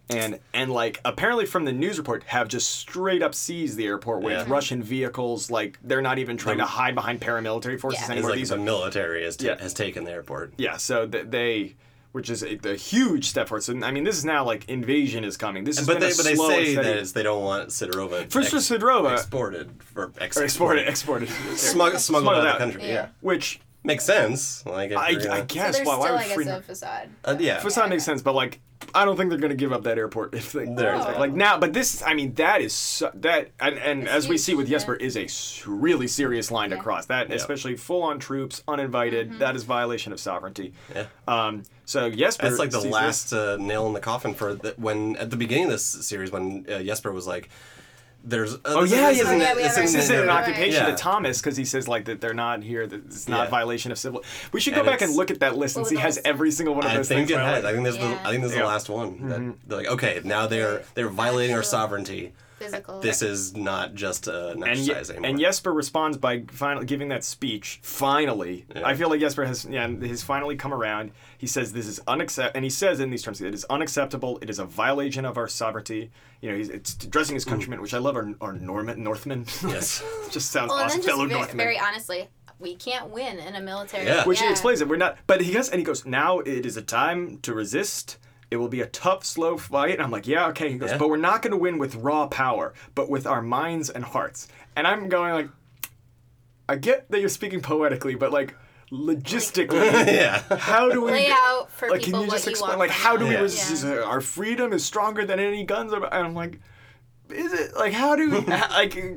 And, and like apparently from the news report have just straight up seized the airport with Yeah. Russian vehicles like they're not even trying to hide behind paramilitary forces Yeah. It's It's anymore. like These the are- military has, t- Yeah. has taken the airport. yeah so th- they which is a, the huge step forward so i mean this is now like invasion is coming this is But they, a but they slow and say steady- that it's, they don't want Sidorova First was Sidorova. exported for ex- or exported exported smug, smuggled Smuggled out of out. the country. Yeah. Yeah. which makes sense. Like if i, you're I gonna- So guess there's why, still, why would I guess, Freedom- a facade. uh, yeah, Facade makes sense but like i don't think they're going to give up that airport if they They're- No. like now but this i mean that is so, that and, and It's as we see huge, with yeah. jesper is a s- really serious line to Yeah. Mm-hmm. cross that especially full on troops uninvited that is violation of sovereignty Yeah. um so jesper That's like the sees last this- uh, nail in the coffin for the, when at the beginning of this series when uh, Jesper was like, "There's uh, Oh, yeah, yeah, yeah, we haven't- This isn't an Right. occupation Yeah. to Thomas because he says like that they're not here. That it's not Yeah. violation of civil. We should go And back and it's- look at that list and What see was has the last every single one of I those think things. it violated. has. I think there's Yeah. the I think there's Yeah. Mm-hmm. the last one. That they're like, okay, now they're they're violating our Actual- sovereignty. Physical. This is not just uh, an and, exercise Ye- anymore. and Jesper responds by finally giving that speech. Finally, I feel like Jesper has yeah, has finally come around. He says this is unacceptable, and he says in these terms, "It is unacceptable. It is a violation of our sovereignty." You know, he's it's addressing his countrymen, which I love. Our our Norman Northmen. Mm. Yes. just sounds Well, Oh, and awesome. then Fellow just very, Northmen. very honestly, we can't win in a military. Yeah. which he explains it. We're not, but he goes and he goes. Now it is a time to resist. It will be a tough, slow fight. And I'm like, yeah, okay. He goes, Yeah. but we're not going to win with raw power, but with our minds and hearts. And I'm going like, I get that you're speaking poetically, but like logistically, yeah. how do we Lay out for like? people Can you what just you explain want like from how do we them. resist? He's Yeah. like, Our freedom is stronger than any guns. Are, and I'm like. Is it like how do we, like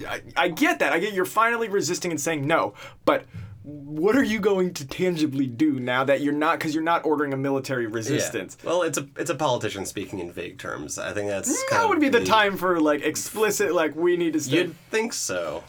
I, I get that I get you're finally resisting and saying no, but what are you going to tangibly do now that you're not because you're not ordering a military resistance? Yeah. Well, it's a it's a politician speaking in vague terms. I think that's kind That of would be the time for like explicit like we need to. Stay. You'd think so.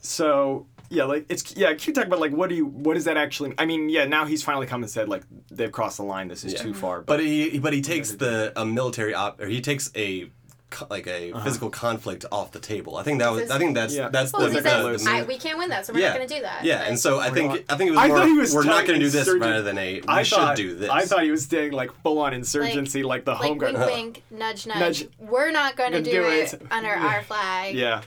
So yeah, like it's yeah. Can you talk about like what do you what does that actually? I mean yeah. Now he's finally come and said like they've crossed the line. This is too far. But But he but he takes the a military op or he takes a co- like a physical conflict off the table. I think that was I think that's Uh-huh. Yeah. that's Well, the, he the, says, the- I, we can't win that, so we're yeah. not going to do that. Yeah, Like, and so I think I think it was I more thought he was we're not talking going to do this insurgent- rather than a we I should thought, do this. I thought he was saying like full on insurgency like, the home like wink, guard. wink, nudge, nudge. Nudge. We're not going to Gonna do, do it, it. under our flag. Yeah,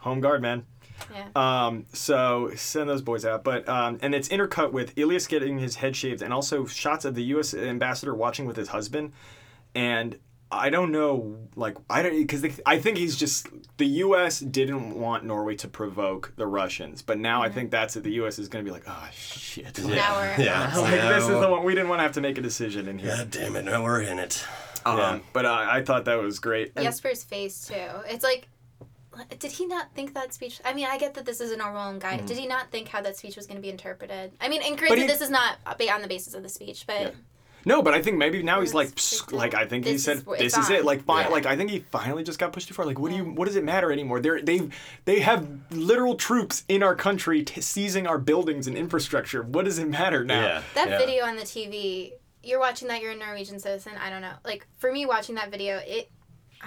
home guard man. Yeah. Um, so send those boys out. But um, and it's intercut with Ilias getting his head shaved, and also shots of the U.S. ambassador watching with his husband. And I don't know, like I don't, because I think he's just the U.S. didn't want Norway to provoke the Russians, but now I think that's it. The U.S. is going to be like, oh shit, yeah. Now we're- yeah. Like, So- this is the one we didn't want to have to make a decision in here. God damn it! Now we're in it. Um, Yeah. But uh, I thought that was great. And- Jesper's face, too. It's like, did he not think that speech? I mean, I get that this is a normal guy. Did he not think how that speech was going to be interpreted? I mean, and granted, Mm. he- this is not ba- on the basis of the speech, but No, but I think maybe now he's like, Let's "Psst," figure like I think he this said, is where this it's is it. on. Like, fi- Yeah. like I think he finally just got pushed too far. Like, what do you, what does it matter anymore? They're they they have literal troops in our country t- seizing our buildings and infrastructure. What does it matter now? Yeah. That yeah. video on the TV, you're watching that, you're a Norwegian citizen. I don't know. Like for me, watching that video, it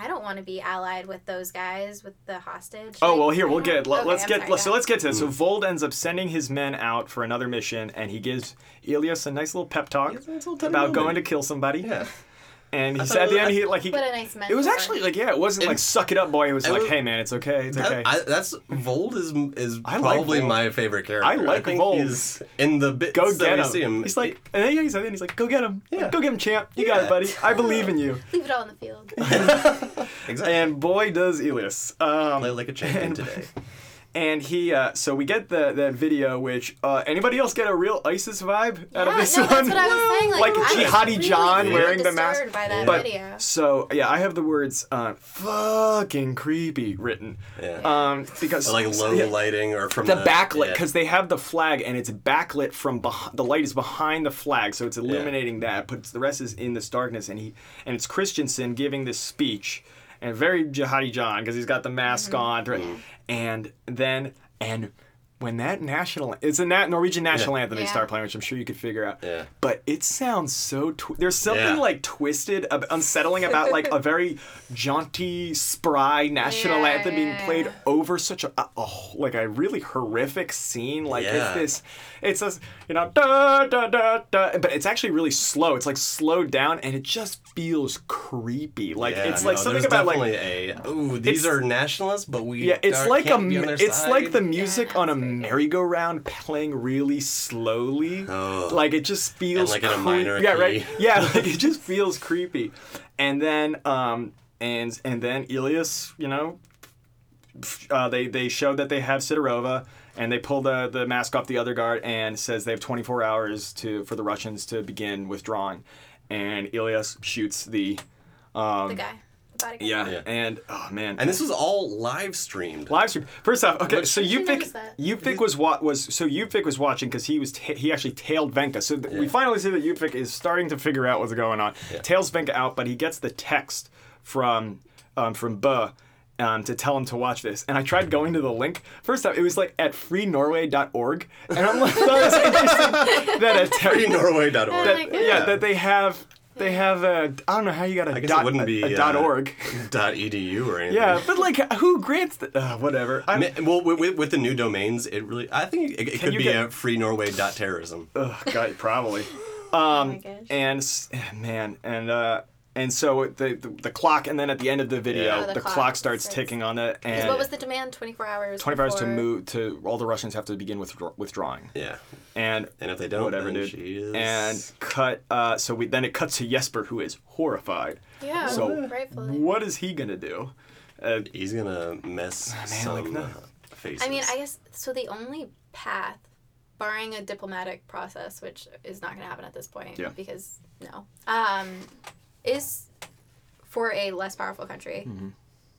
I don't want to be allied with those guys with the hostage. Oh Like, well, here we'll I don't- get let, Okay, us I'm get sorry, let, so yeah. let's get to Hmm. this. So Vold ends up sending his men out for another mission, and he gives Ilias a nice little pep talk Yes, it's all about tiny moment. going to kill somebody. Yeah. And he thought said at it the was- end, he like he What a nice mentor. it was actually like yeah, it wasn't like suck it up, boy. It was it like was- hey man, it's okay, it's okay. That, I, that's Vold is is I like probably Vold. my favorite character. I like think Vold. He's in the bits go that get we him. see him. He's like and then he's, and he's like go get him, Like, Yeah. go get him, champ. You got it, Yeah. buddy. I believe in you. leave it all in the field. exactly. And boy does Ilias. Um, Play like a champion today. and he uh, so we get the that video which uh, anybody else get a real ISIS vibe out of Yeah, this no, one that's what I was saying. Like, I was jihadi really John wearing the disturbed mask by that but video. so yeah I have the words uh, fucking creepy written Yeah. um because Or, like low yeah, lighting or from the the, backlit yeah. because they have the flag and it's backlit from behind the light is behind the flag so it's illuminating that but the rest is in this darkness and he and it's christensen giving this speech and very jihadi john because he's got the mask Mm-hmm. on thro- Mm-hmm. and then and when that national it's a nat- norwegian national anthem they Yeah. start playing which i'm sure you could figure out Yeah. but it sounds so twi- there's something Yeah. like twisted ab- unsettling about like a very jaunty spry national Yeah, anthem being yeah, played yeah. over such a uh, oh, like a really horrific scene. Like Yeah. it's this, it's this, you know, da da da da, but it's actually really slow. It's like slowed down, and it just feels creepy. Like Yeah, it's like no, something there's about like definitely a ooh these It's- are nationalists, but we yeah, it's are- like a can't be m- on their it's like side. the music no, on a it's creepy. merry-go-round playing really slowly. Ugh. Like it just feels Oh. like in a creep- minor Yeah, key. right. Yeah, like it just feels creepy. And then um and and then Ilias, you know, f- uh, they they show that they have Sidorova and they pull the the mask off the other guard and says they have 24 hours to for the Russians to begin withdrawing. And Ilias shoots the the guy, um, the bodyguard. yeah, Yeah. and oh man. and this was all live streamed. Live stream. First off, okay. Which- so Did you Ufik, notice that? Ufik was what was so Ufik was watching because he was ta- he actually tailed Venka. So th- we finally see that Ufik is starting to figure out what's going on. Tails Venka out, but he gets the text from um, from Buh. Um, to tell him to watch this, and I tried going to the link. First off, it was like at freenorway.org, and I'm like, that was interesting that a ter- Norway.org. Oh my that, yeah. that they have they have a I don't know how you got a I guess dot it wouldn't a- be a dot uh, org. dot edu or anything. Yeah, but like, who grants the uh, whatever? I'm, Ma- Well, with, with, with the new domains, it really I think it, it could you be get- a free Norway dot terrorism. Ugh, God, probably. oh my gosh. And s- man, and uh, and so the, the the clock, and then at the end of the video, Yeah. Oh, the, the clock, clock starts says- ticking on it, and what was the demand? Twenty four hours. twenty four hours to before- move to all the Russians have to begin withdraw- withdrawing, Yeah, and and if they don't, whatever, then dude. she is And cut. Uh, so we then it cuts to Jesper, who is horrified. Yeah, So rightfully. what is he gonna do? Uh, he's gonna mess some Oh, like, no. uh, faces. I mean, I guess so. The only path, barring a diplomatic process, which is not going to happen at this point, Yeah. because no, um, is for a less powerful country, Mm-hmm.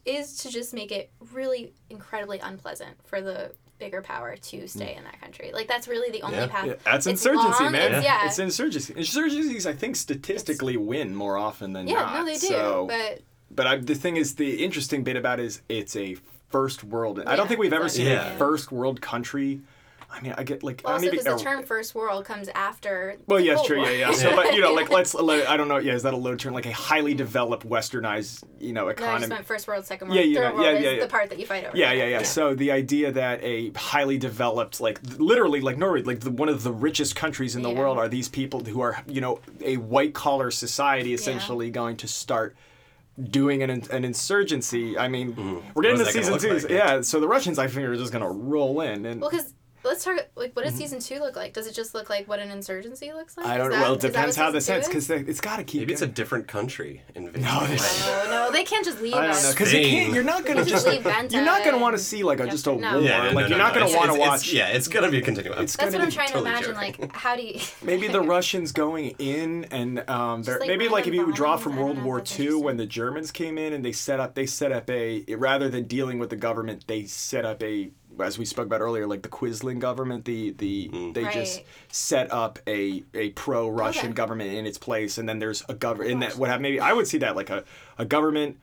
is to just make it really incredibly unpleasant for the bigger power to stay in that country. Like that's really the only Yeah. path. Mm-hmm. yeah, that's It's insurgency, long, man. it's- yeah. It's insurgency. Insurgencies, I think, statistically win more often than Yeah, not. no, they do, So, but But I, the thing is, the interesting bit about it is it's a first world. I Yeah, don't think we've ever exactly. seen Yeah. a first world country. I mean, I get like I also don't because even. the or- term first world comes after. well, the yeah, Cold sure, yeah, War. yeah. So, but you know, like let's. Let, I don't know. Yeah, is that a low term? Like a highly developed, westernized, you know, No, I just economy. meant first world, second world, Yeah, you third know, world yeah, is yeah, yeah. the part that you fight over. yeah, yeah, yeah, So the idea that a highly developed, like th- literally, like Norway, like the, one of the richest countries in the Yeah. world, are these people who are, you know, a white collar society essentially going to start doing an, an insurgency. I mean, we're getting What to is that season gonna two. look like? yeah, so the Russians, I think, are just going to roll in. And Well, because let's talk like what does season two look like? Does it just look like what an insurgency looks like? Mm-hmm. I don't Is know. that- Well, it is that depends what how this season ends two is? because it's got to keep. maybe it's a going. different country invasion. No, there's- Oh no, they can't just leave. I don't us. know because Spain. you're not gonna Just just leave Venta you're not gonna want to and- see like a, just a No. war Yeah, no, like no, you're no, not no. gonna It's- want to it's- watch It's, yeah, it's gonna be a continuum. It's That's what gonna I'm be trying to totally imagine. joking. Like, how do you? Maybe the Russians going in and um, they're- like maybe like if random you draw bombings, from I don't World know, War that's II when the Germans came in and they set up they set up a rather than dealing with the government they set up a as we spoke about earlier like the Quisling government the the they just Right. set up a a pro Russian Okay. government in its place and then there's a government and that would have maybe I would see that like a a government.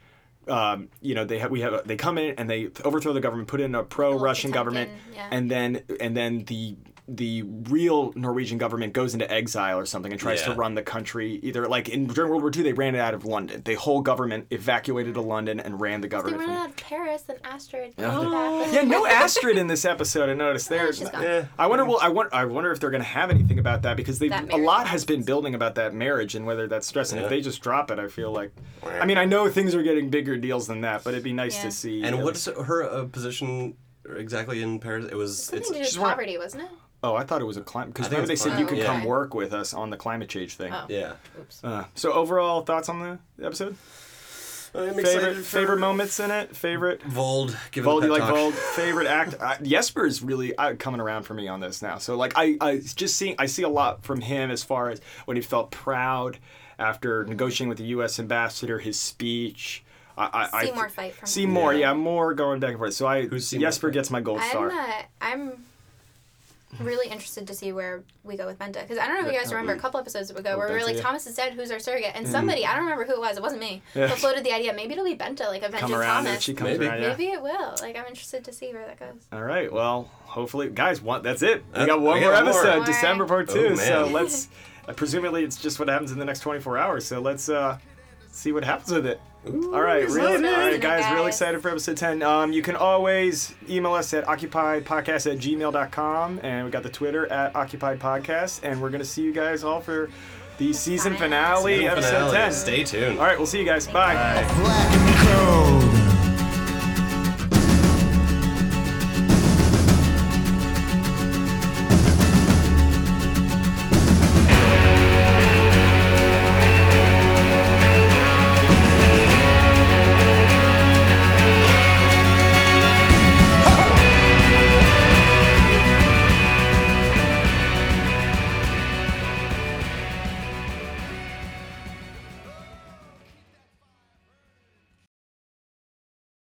Um, you know they have we have a, they come in and they overthrow the government put in a pro Potemkin, Russian government yeah. and then and then the the real Norwegian government goes into exile or something and tries to Yeah. run the country. Either like in during World War II, they ran it out of London. The whole government evacuated to London and ran the They government. ran from- out of Paris and Astrid. Yeah. came back. yeah, no Astrid in this episode. I noticed there. she's gone. Yeah. I wonder. Well, I wonder. I wonder if they're going to have anything about that because they That a marriage. lot has been building about that marriage and whether that's stress. And if Yeah. they just drop it, I feel like. Right. I mean, I know things are getting bigger deals than that, but it'd be nice Yeah. to see. And at what's her uh, position exactly in Paris? It was Something it's to do with wanna- poverty, wasn't it? Oh, I thought it was a climate. Because I think remember they it's said you climate. could Yeah. come work with us on the climate change thing. Oh. yeah. Oops. Uh, so overall thoughts on the episode? I'm Favorite favorite moments in it. Favorite. Vold, give Vold, it you a pep like talk. Vold? Favorite act? Uh, Jesper's really uh, coming around for me on this now. So like I, I just see I see a lot from him as far as when he felt proud after negotiating with the U.S. ambassador, his speech. I, I, See I, more fight from See him. more, Yeah. yeah, more going back and forth. So I, Who's Seymour Jesper Fight? gets my gold I'm star. uh, I'm really interested to see where we go with Benda because I don't know if you guys remember a couple episodes ago where we were Benta, like yeah. Thomas is dead, who's our surrogate, and somebody I don't remember who it was, it wasn't me, Mm. Yeah. but floated the idea maybe it'll be Benta like Come avenging around, and Thomas. she comes Maybe. around. Yeah. Maybe it will. Like I'm interested to see where that goes. All right. Well, hopefully, guys. One. That's it. We Uh, got one we more got more. episode, More. December part Oh, two. so man. let's. uh, presumably, it's just what happens in the next 24 hours. So let's uh, see what happens with it. all right, real, all excited. right, guys, Real Guys. excited for episode 10. Um, you can always email us at occupiedpodcast at gmail.com, and we got the Twitter at occupied podcast, and we're gonna see you guys all for the season Season finale, Season episode finale. 10. Stay tuned. All right, we'll see you guys. Bye. black and cold.